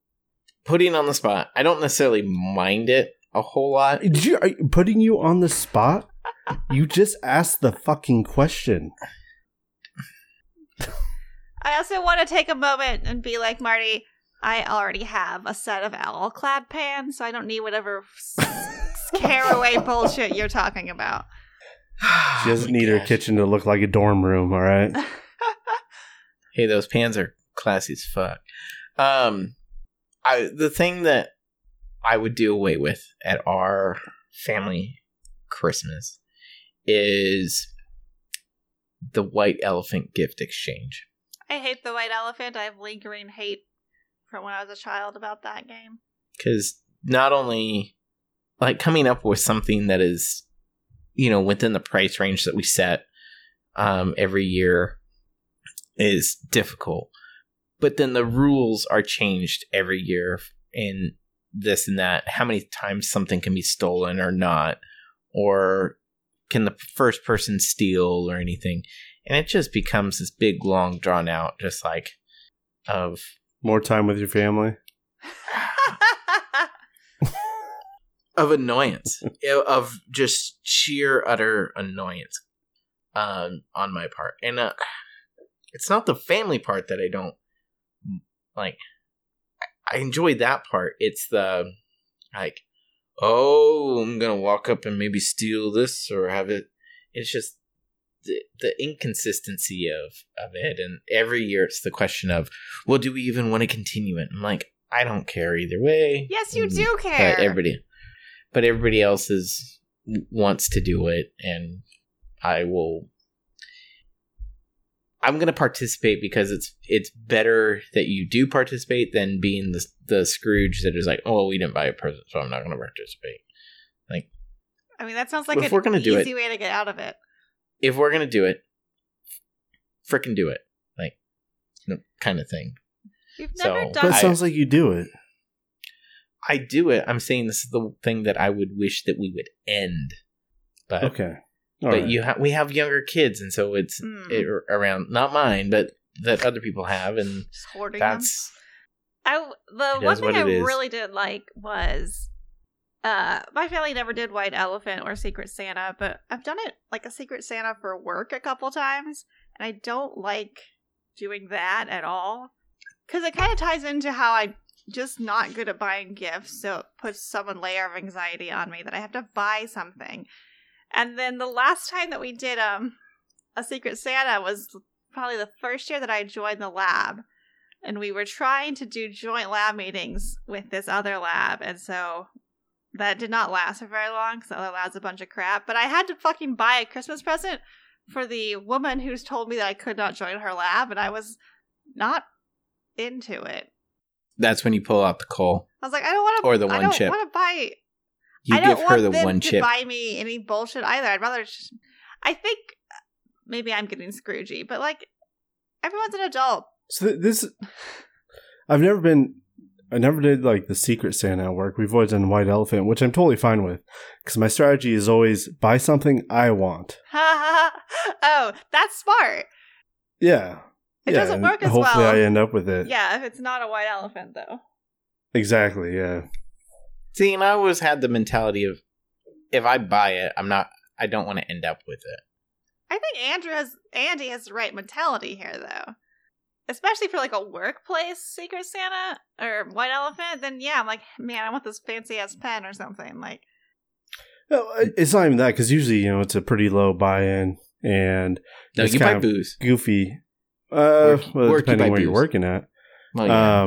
[SPEAKER 1] putting on the spot. I don't necessarily mind it a whole lot.
[SPEAKER 3] Did you are you putting you on the spot? You just asked the fucking question.
[SPEAKER 2] I also want to take a moment and be like, Marty, I already have a set of owl clad pans, so I don't need whatever s- caraway bullshit you're talking about.
[SPEAKER 3] She doesn't
[SPEAKER 1] Oh my
[SPEAKER 3] need her
[SPEAKER 1] gosh. Uh,
[SPEAKER 3] kitchen to look like a dorm room. All right.
[SPEAKER 1] Hey, those pans are classy as fuck. Um, I the thing that I would do away with at our family Christmas is the white elephant gift exchange.
[SPEAKER 2] I hate the white elephant. I have lingering hate from when I was a child about that game.
[SPEAKER 1] because not only like coming up with something that is you know within the price range that we set um, every year is difficult but then the rules are changed every year in this and that how many times something can be stolen or not or can the first person steal or anything and it just becomes this big long drawn out just like of
[SPEAKER 3] More time with your family.
[SPEAKER 1] of annoyance eh, of just sheer utter annoyance um on my part and uh, it's not the family part that i don't like I- i enjoy that part it's the like oh i'm gonna walk up and maybe steal this or have it it's just the, the inconsistency of of it and every year it's the question of well do we even want to continue it i'm like i don't care either way Mm.
[SPEAKER 2] yes, you
[SPEAKER 1] And-
[SPEAKER 2] do care.
[SPEAKER 1] but everybody, but everybody else is wants to do it, and I will. I'm going to participate because it's it's better that you do participate than being the the Scrooge that is like, oh, we didn't buy a present, so I'm not going to participate.
[SPEAKER 2] I mean, that sounds like
[SPEAKER 1] If
[SPEAKER 2] an
[SPEAKER 1] we're gonna do
[SPEAKER 2] easy
[SPEAKER 1] it-
[SPEAKER 2] way to get out of it.
[SPEAKER 1] If we're going to do it, frickin' do it, like, kind of thing.
[SPEAKER 2] You've
[SPEAKER 1] So-
[SPEAKER 2] never
[SPEAKER 3] That
[SPEAKER 2] done
[SPEAKER 1] I-
[SPEAKER 3] sounds like you do it.
[SPEAKER 1] I do it. I'm saying this is the thing that I would wish that we would end, but
[SPEAKER 3] Okay. All
[SPEAKER 1] but
[SPEAKER 3] right.
[SPEAKER 1] you ha- we have younger kids, and so it's
[SPEAKER 2] Hmm.
[SPEAKER 1] it, around not mine, but that other people have, and
[SPEAKER 2] Just hoarding them.
[SPEAKER 1] that's
[SPEAKER 2] I w- the
[SPEAKER 1] It
[SPEAKER 2] one
[SPEAKER 1] is
[SPEAKER 2] thing
[SPEAKER 1] what
[SPEAKER 2] I
[SPEAKER 1] it is.
[SPEAKER 2] really did like was uh my family never did White Elephant or Secret Santa, but I've done it like a Secret Santa for work a couple times, and I don't like doing that at all because it kind of ties into how I'm just not good at buying gifts, so it puts some layer of anxiety on me that I have to buy something. And then the last time that we did um a Secret Santa was probably the first year that I joined the lab and we were trying to do joint lab meetings with this other lab and so that did not last for very long because the other lab's a bunch of crap but i had to fucking buy a christmas present for the woman who's told me that i could not join her lab and i was not into it
[SPEAKER 1] that's when you pull out the coal.
[SPEAKER 2] i was like i don't want to
[SPEAKER 1] Or the
[SPEAKER 2] i
[SPEAKER 1] one
[SPEAKER 2] don't
[SPEAKER 1] chip.
[SPEAKER 2] want to buy
[SPEAKER 1] You
[SPEAKER 2] I don't
[SPEAKER 1] give
[SPEAKER 2] want
[SPEAKER 1] her the
[SPEAKER 2] them
[SPEAKER 1] one
[SPEAKER 2] to
[SPEAKER 1] chip.
[SPEAKER 2] buy me any bullshit either. I'd rather. Just, I think maybe I'm getting scroogey, but like everyone's an adult.
[SPEAKER 3] So th- this, I've never been, I never did like the Secret Santa at work. We've always done White Elephant, which I'm totally fine with, because my strategy is always buy something I want.
[SPEAKER 2] Ha ha! ha. Oh, that's smart.
[SPEAKER 3] Yeah,
[SPEAKER 2] It
[SPEAKER 3] yeah,
[SPEAKER 2] doesn't
[SPEAKER 3] and
[SPEAKER 2] work as
[SPEAKER 3] hopefully
[SPEAKER 2] well.
[SPEAKER 3] I end up with it.
[SPEAKER 2] Yeah, if it's not a white elephant though.
[SPEAKER 3] exactly. Yeah,
[SPEAKER 1] See, and I always had the mentality of if I buy it, I'm not. I don't want to end up with it.
[SPEAKER 2] I think Andrew has Andy has the right mentality here though. Especially for like a workplace secret Santa or white elephant, then yeah, I'm like, man, I want this fancy ass pen or something. Like
[SPEAKER 3] no, I- it's not even that because usually you know it's a pretty low buy-in. and
[SPEAKER 1] No,
[SPEAKER 3] It's
[SPEAKER 1] you buy
[SPEAKER 3] kind of-
[SPEAKER 1] booze.
[SPEAKER 3] goofy. Uh,
[SPEAKER 1] Work-
[SPEAKER 3] well,
[SPEAKER 1] work you
[SPEAKER 3] depending
[SPEAKER 1] buy
[SPEAKER 3] where you're
[SPEAKER 1] booze.
[SPEAKER 3] working at.
[SPEAKER 1] Well, Oh, yeah,
[SPEAKER 3] um,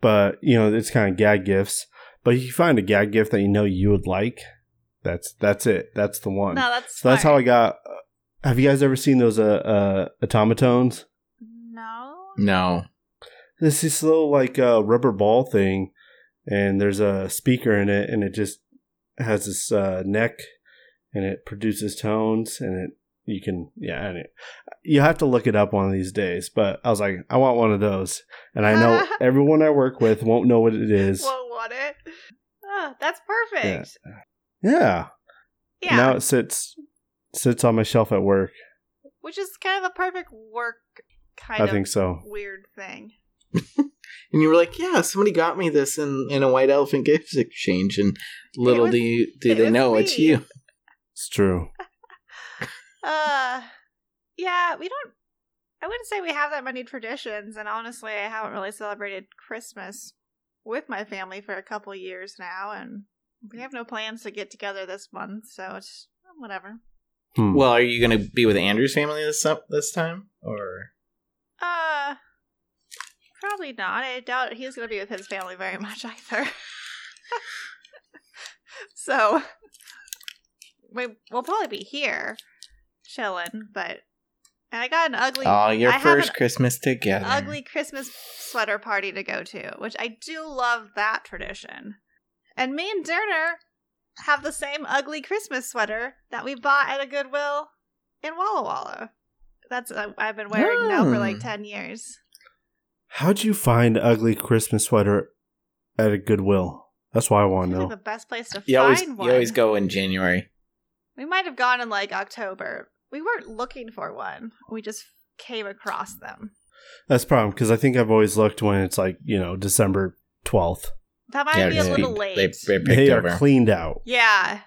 [SPEAKER 1] but-
[SPEAKER 3] but you know, it's kind of gag gifts. But if you find a gag gift that you know you would like, that's that's it. That's the one.
[SPEAKER 2] No, that's
[SPEAKER 3] Um, so that's how
[SPEAKER 2] smart.
[SPEAKER 3] I got. Have you guys ever seen those uh, uh automatones?
[SPEAKER 2] No.
[SPEAKER 1] no.
[SPEAKER 3] This is little like uh, rubber ball thing, and there's a speaker in it, and it just has this uh, neck, and it produces tones, and it you can yeah, and it, you have to look it up one of these days. But I was like, I want one of those, and I know everyone I work with won't know what it is.
[SPEAKER 2] Won't want it. Ah, that's perfect.
[SPEAKER 3] yeah.
[SPEAKER 2] Yeah.
[SPEAKER 3] Now it sits sits on my shelf at work.
[SPEAKER 2] Which is kind of a perfect work kind
[SPEAKER 3] I
[SPEAKER 2] of
[SPEAKER 3] think so.
[SPEAKER 2] weird thing.
[SPEAKER 1] And you were like, "Yeah, somebody got me this in, in a white elephant gift exchange." And little
[SPEAKER 2] was-
[SPEAKER 1] do you, do
[SPEAKER 2] it
[SPEAKER 1] they
[SPEAKER 2] was
[SPEAKER 1] know it's
[SPEAKER 2] me.
[SPEAKER 1] you.
[SPEAKER 3] It's true.
[SPEAKER 2] Uh yeah, we don't I wouldn't say we have that many traditions and honestly I haven't really celebrated Christmas with my family for a couple years now and we have no plans to get together this month, so it's whatever.
[SPEAKER 3] Hmm.
[SPEAKER 1] Well, are you going to be with Andrew's family this up- this time, or
[SPEAKER 2] Uh probably not. I doubt he's gonna be with his family very much either. so we we'll probably be here chilling, but and I got an ugly
[SPEAKER 1] oh, your
[SPEAKER 2] I have
[SPEAKER 1] first
[SPEAKER 2] an
[SPEAKER 1] Christmas together?
[SPEAKER 2] ugly Christmas sweater party to go to, which I do love that tradition. And me and Derner have the same ugly Christmas sweater that we bought at a Goodwill in Walla Walla. That's uh, I've been wearing now for like
[SPEAKER 1] Mm.
[SPEAKER 2] ten years.
[SPEAKER 3] How'd you find ugly Christmas sweater at a Goodwill? That's why I want
[SPEAKER 2] It's
[SPEAKER 3] to
[SPEAKER 2] like
[SPEAKER 3] know.
[SPEAKER 2] the best place to
[SPEAKER 1] Oh, You
[SPEAKER 2] find
[SPEAKER 1] always
[SPEAKER 2] one.
[SPEAKER 1] you always go in January.
[SPEAKER 2] We might have gone in like October. We weren't looking for one. We just came across them.
[SPEAKER 3] That's the problem because I think I've always looked when it's like you know December twelfth.
[SPEAKER 2] That might be a
[SPEAKER 1] they-
[SPEAKER 2] little
[SPEAKER 1] they-
[SPEAKER 2] late.
[SPEAKER 1] They, picked
[SPEAKER 3] They are
[SPEAKER 1] over.
[SPEAKER 3] cleaned out.
[SPEAKER 2] Yeah.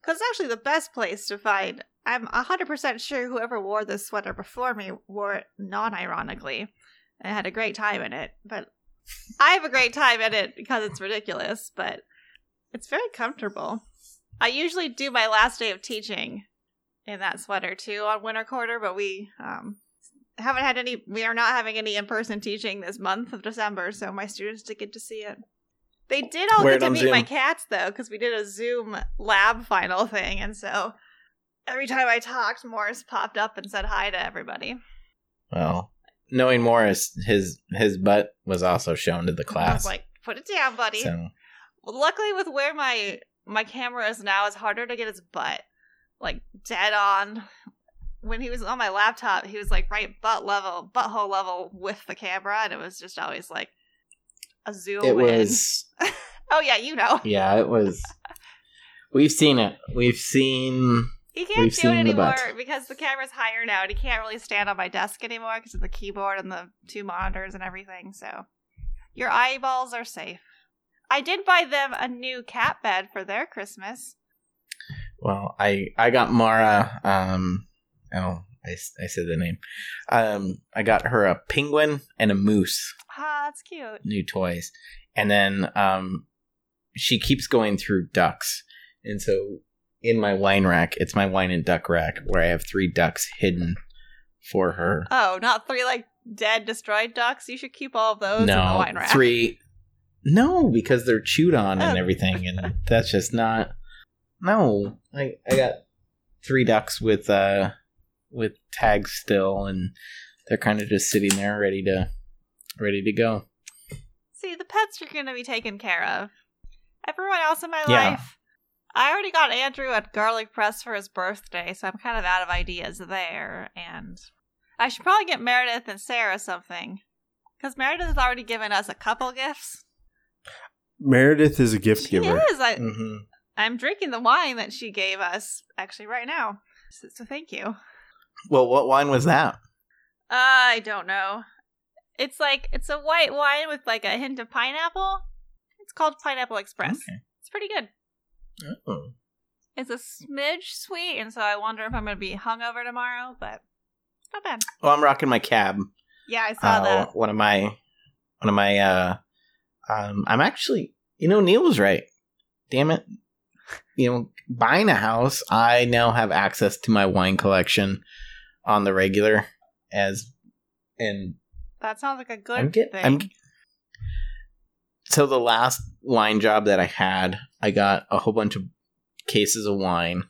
[SPEAKER 2] Because actually, the best place to find. I'm 100% sure whoever wore this sweater before me wore it non ironically and had a great time in it. But I have a great time in it because it's ridiculous, but it's very comfortable. I usually do my last day of teaching in that sweater too on winter quarter, but we um, haven't had any, we are not having any in person teaching this month of December, so my students did get to see it. They did all
[SPEAKER 1] Wear
[SPEAKER 2] get
[SPEAKER 1] it
[SPEAKER 2] to
[SPEAKER 1] on
[SPEAKER 2] meet my
[SPEAKER 1] Zoom.
[SPEAKER 2] cats though, because we did a Zoom lab final thing, and so every time I talked, Morris popped up and said hi to everybody.
[SPEAKER 1] Well, knowing Morris, his his butt was also shown to the
[SPEAKER 2] I was
[SPEAKER 1] class.
[SPEAKER 2] like, put it down, buddy.
[SPEAKER 1] so
[SPEAKER 2] Well, luckily with where my my camera is now it's harder to get his butt like dead on when he was on my laptop he was like right butt level butthole level with the camera and it was just always like a zoom
[SPEAKER 1] it
[SPEAKER 2] in.
[SPEAKER 1] was.
[SPEAKER 2] oh yeah you know
[SPEAKER 1] Yeah, it was. We've seen it. We've seen.
[SPEAKER 2] he can't
[SPEAKER 1] We've
[SPEAKER 2] do it
[SPEAKER 1] seen the
[SPEAKER 2] anymore
[SPEAKER 1] butt.
[SPEAKER 2] because the camera's higher now and he can't really stand on my desk anymore because of the keyboard and the two monitors and everything so your eyeballs are safe i did buy them a new cat bed for their christmas
[SPEAKER 1] Well, I I got Mara. Um, oh, I, s- I said the name. Um, I got her a penguin and a moose,
[SPEAKER 2] ah that's cute
[SPEAKER 1] new toys, and then um, she keeps going through ducks, and so in my wine rack, it's my wine and duck rack where I have three ducks hidden for her.
[SPEAKER 2] Oh, not three like dead destroyed ducks. You should keep all of those Oh, in the
[SPEAKER 1] no,
[SPEAKER 2] wine rack.
[SPEAKER 1] three. No, because they're chewed on and
[SPEAKER 2] Oh.
[SPEAKER 1] everything, and that's just not. No, I I got three ducks with uh with tags still, and they're kind of just sitting there ready to ready to go.
[SPEAKER 2] See, the pets are going to be taken care of. Everyone else in my
[SPEAKER 1] Yeah.
[SPEAKER 2] life. I already got Andrew a garlic press for his birthday, so I'm kind of out of ideas there. And I should probably get Meredith and Sarah something. Because Meredith has already given us a couple gifts.
[SPEAKER 3] Meredith is a gift
[SPEAKER 2] She
[SPEAKER 3] giver.
[SPEAKER 2] is. I,
[SPEAKER 1] hmm
[SPEAKER 2] I'm drinking the wine that she gave us actually right now. So, so thank you.
[SPEAKER 1] Well, what wine was that?
[SPEAKER 2] Ah, I don't know. It's like it's a white wine with like a hint of pineapple. It's called Pineapple Express. It's pretty good.
[SPEAKER 1] Okay. Oh.
[SPEAKER 2] It's a smidge sweet, and so I wonder if I'm going to be hungover tomorrow, but it's not bad.
[SPEAKER 1] Well, I'm rocking my cab.
[SPEAKER 2] Yeah, I saw
[SPEAKER 1] Uh,
[SPEAKER 2] that.
[SPEAKER 1] one of my one of my uh um I'm actually you know Neil was right. Damn it. you know, buying a house, I now have access to my wine collection on the regular as and
[SPEAKER 2] That sounds like a good
[SPEAKER 1] I'm get-
[SPEAKER 2] thing.
[SPEAKER 1] I'm- so the last wine job that I had, I got a whole bunch of cases of wine.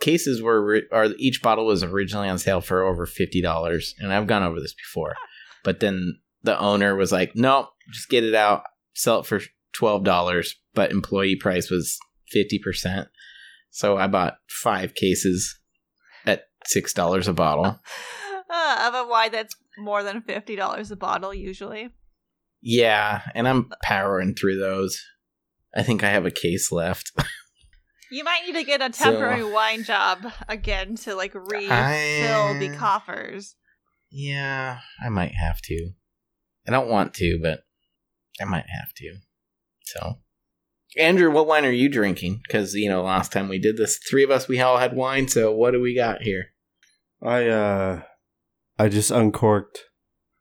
[SPEAKER 1] Cases were ri- or each bottle was originally on sale for over fifty dollars, and I've gone over this before. But then the owner was like, "No, just get it out, sell it for twelve dollars." But employee price was fifty percent, so I bought five cases at six dollars a bottle.
[SPEAKER 2] uh, of a wine that's more than fifty dollars a bottle usually.
[SPEAKER 1] Yeah, and I'm powering through those. I think I have a case left.
[SPEAKER 2] You might need to get a
[SPEAKER 1] So-
[SPEAKER 2] temporary wine job again to like refill the
[SPEAKER 1] I-
[SPEAKER 2] coffers.
[SPEAKER 1] Yeah, I might have to. I don't want to, but I might have to. So, Andrew, what wine are you drinking? Because you know, last time we did this, three of us we all had wine. So, what do we got here?
[SPEAKER 3] I uh I just uncorked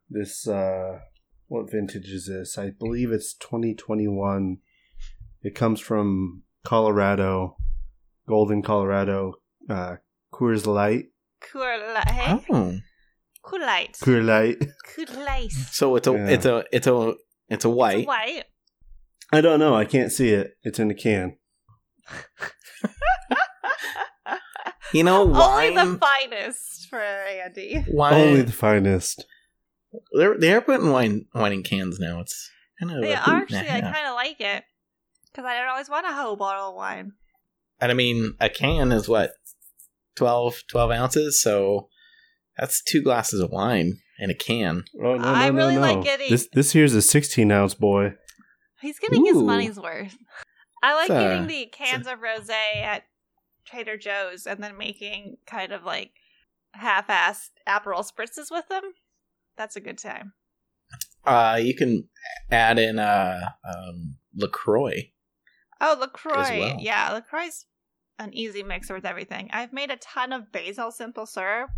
[SPEAKER 3] this uh what vintage is this? I believe it's 2021. It comes from Colorado, Golden Colorado, uh Coors Light,
[SPEAKER 2] Kulite. Hey?
[SPEAKER 1] Oh,
[SPEAKER 2] Kulite.
[SPEAKER 3] Coors Light.
[SPEAKER 2] Kulite.
[SPEAKER 1] so it's a
[SPEAKER 3] Yeah.
[SPEAKER 1] it's a it's a it's a white.
[SPEAKER 2] White.
[SPEAKER 3] I don't know, I can't see it. It's in a can.
[SPEAKER 1] You know,
[SPEAKER 2] Only
[SPEAKER 1] wine.
[SPEAKER 2] the finest for Andy.
[SPEAKER 1] wine.
[SPEAKER 3] Only the finest.
[SPEAKER 1] they're they're putting wine wine in cans now. It's kind of
[SPEAKER 2] They
[SPEAKER 1] a
[SPEAKER 2] are
[SPEAKER 1] hoot and a
[SPEAKER 2] actually, I
[SPEAKER 1] half.
[SPEAKER 2] kind of like it because I don't always want a whole bottle of wine.
[SPEAKER 1] And I mean, a can is what 12, 12 ounces. So that's two glasses of wine in a can.
[SPEAKER 3] Oh no, no,
[SPEAKER 2] I
[SPEAKER 3] no,
[SPEAKER 2] really
[SPEAKER 3] no.
[SPEAKER 2] like getting-
[SPEAKER 3] This this here's a 16 ounce boy.
[SPEAKER 2] He's getting his
[SPEAKER 1] Ooh.
[SPEAKER 2] money's worth. I like
[SPEAKER 1] It's a-
[SPEAKER 2] getting the cans of rosé at Trader Joe's and then making kind of like half-assed Aperol spritzes with them. That's a good time.
[SPEAKER 1] Uh, you can add in uh, um, Lacroix.
[SPEAKER 2] Oh, LaCroix.
[SPEAKER 1] well.
[SPEAKER 2] Yeah, LaCroix's an easy mixer with everything. I've made a ton of basil simple syrup.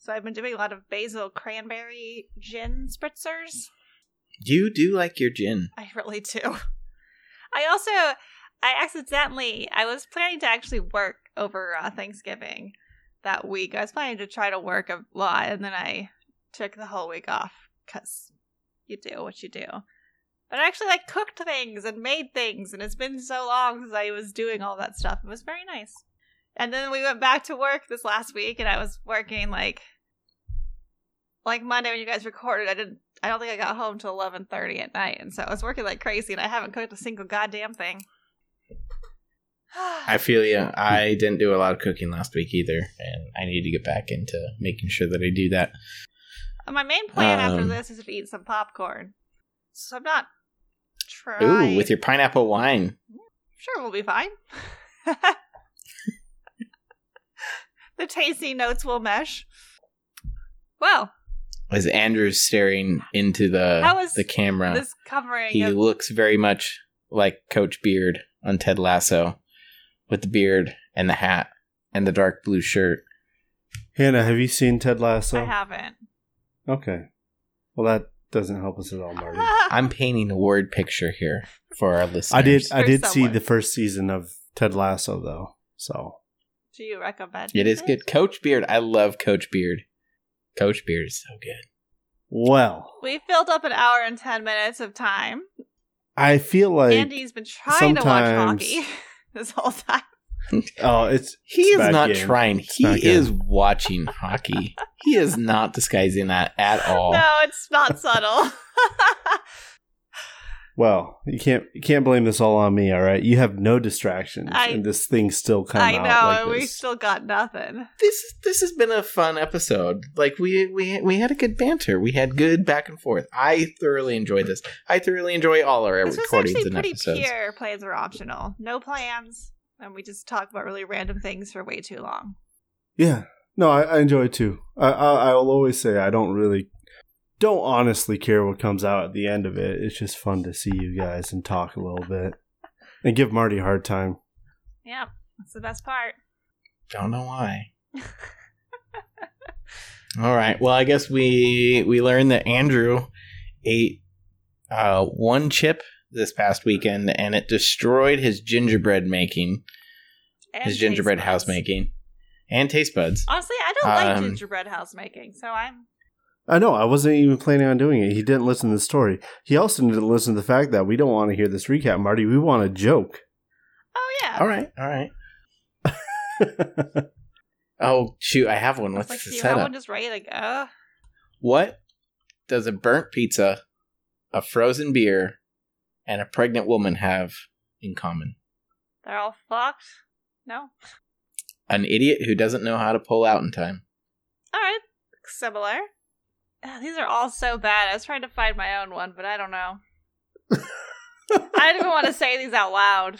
[SPEAKER 2] So I've been doing a lot of basil cranberry gin spritzers.
[SPEAKER 1] You do like your gin.
[SPEAKER 2] I really do. I also, I accidentally, I was planning to actually work over uh, Thanksgiving that week. I was planning to try to work a lot, and then I took the whole week off because you do what you do. But I actually like cooked things and made things, and it's been so long since I was doing all that stuff. It was very nice. And then we went back to work this last week, and I was working like, like Monday when you guys recorded. I didn't. I don't think I got home till eleven thirty at night, and so I was working like crazy, and I haven't cooked a single goddamn thing.
[SPEAKER 1] I feel you. I didn't do a lot of cooking last week either, and I need to get back into making sure that I do that.
[SPEAKER 2] My main plan after
[SPEAKER 1] Um,
[SPEAKER 2] this is to eat some popcorn. So I'm not trying.
[SPEAKER 1] Ooh, with your pineapple wine.
[SPEAKER 2] Sure, we'll be fine. the tasty notes will mesh. Well,
[SPEAKER 1] As Andrew's staring into the
[SPEAKER 2] How is
[SPEAKER 1] the camera,
[SPEAKER 2] this covering
[SPEAKER 1] he
[SPEAKER 2] of
[SPEAKER 1] looks very much like Coach Beard on Ted Lasso, with the beard and the hat and the dark blue shirt.
[SPEAKER 3] Hannah, have you seen Ted Lasso?
[SPEAKER 2] I haven't.
[SPEAKER 3] Okay. Well, that doesn't help us at all, Marty.
[SPEAKER 1] I'm painting a word picture here for our listeners.
[SPEAKER 3] I did. I
[SPEAKER 2] For
[SPEAKER 3] did see
[SPEAKER 2] someone.
[SPEAKER 3] the first season of Ted Lasso, though. So
[SPEAKER 2] Do you recommend?
[SPEAKER 1] It is good. Coach Beard. I love Coach Beard. Coach Beard is so good.
[SPEAKER 3] well,
[SPEAKER 2] We filled up an hour and ten minutes of time.
[SPEAKER 3] I feel like
[SPEAKER 2] Andy's been trying to watch
[SPEAKER 3] sometimes-
[SPEAKER 2] hockey this whole time.
[SPEAKER 3] oh, it's
[SPEAKER 1] He
[SPEAKER 3] It's
[SPEAKER 1] is
[SPEAKER 3] bad
[SPEAKER 1] not
[SPEAKER 3] game.
[SPEAKER 1] trying. he
[SPEAKER 3] not good.
[SPEAKER 1] is watching hockey. He is not disguising that at all.
[SPEAKER 2] No, it's not subtle.
[SPEAKER 3] well. You can't you can't blame this all on me. All right, you have no distractions,
[SPEAKER 2] I-
[SPEAKER 3] and this thing still comes
[SPEAKER 2] I
[SPEAKER 3] out.
[SPEAKER 2] know,
[SPEAKER 3] like
[SPEAKER 2] and we
[SPEAKER 3] this.
[SPEAKER 2] still got nothing.
[SPEAKER 1] This this has been a fun episode. Like we we we had a good banter. We had good back and forth. I thoroughly enjoyed this. I thoroughly enjoy all our
[SPEAKER 2] This was
[SPEAKER 1] recordings
[SPEAKER 2] actually
[SPEAKER 1] and
[SPEAKER 2] pretty
[SPEAKER 1] episodes.
[SPEAKER 2] pure. Plans were optional. No plans. And we just talk about really random things for way too long.
[SPEAKER 3] Yeah. No, I, I enjoy it too. I, I I will always say I don't really don't honestly care what comes out at the end of it. It's just fun to see you guys and talk a little bit and give Marty a hard time.
[SPEAKER 2] Yeah, that's the best part.
[SPEAKER 1] Don't know why. All right. Well, I guess we we learned that Andrew ate uh, one chip this past weekend, and it destroyed his gingerbread making,
[SPEAKER 2] And
[SPEAKER 1] his gingerbread
[SPEAKER 2] taste
[SPEAKER 1] house
[SPEAKER 2] buds.
[SPEAKER 1] making, and taste buds.
[SPEAKER 2] Honestly, I don't like
[SPEAKER 1] Um,
[SPEAKER 2] gingerbread house making, so I'm
[SPEAKER 3] I know. I wasn't even planning on doing it. He didn't listen to the story. He also didn't listen to the fact that we don't want to hear this recap, Marty. We want a joke.
[SPEAKER 2] oh yeah.
[SPEAKER 1] All right, all right. Oh shoot, I have one.
[SPEAKER 2] I was
[SPEAKER 1] What's
[SPEAKER 2] like, do
[SPEAKER 1] the
[SPEAKER 2] you have one
[SPEAKER 1] setup?
[SPEAKER 2] just ready to go?
[SPEAKER 1] What does a burnt pizza, a frozen beer, and a pregnant woman have in common?
[SPEAKER 2] They're all fucked. No.
[SPEAKER 1] An idiot who doesn't know how to pull out in time.
[SPEAKER 2] All right. Similar. Ugh, These are all so bad. I was trying to find my own one, but I don't know. I don't even want to say these out loud.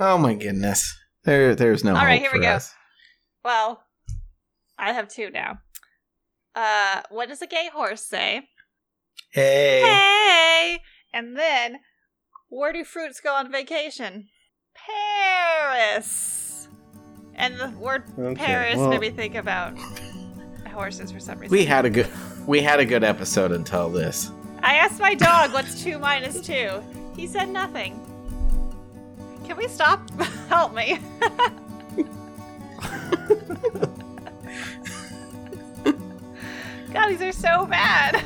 [SPEAKER 1] Oh my goodness. There, there's no.
[SPEAKER 2] All right,
[SPEAKER 1] hope
[SPEAKER 2] here we
[SPEAKER 1] for
[SPEAKER 2] go.
[SPEAKER 1] us.
[SPEAKER 2] Well, I have two now. Uh, what does a gay horse say?
[SPEAKER 1] Hey.
[SPEAKER 2] Hey! And then, where do fruits go on vacation? Paris! And the word
[SPEAKER 3] Okay,
[SPEAKER 2] Paris
[SPEAKER 3] well-
[SPEAKER 2] made me think about horses for some reason.
[SPEAKER 1] We had a good, we had a good episode until this.
[SPEAKER 2] I asked my dog what's two minus two. He said nothing. Can we stop? Help me. God, these are so bad.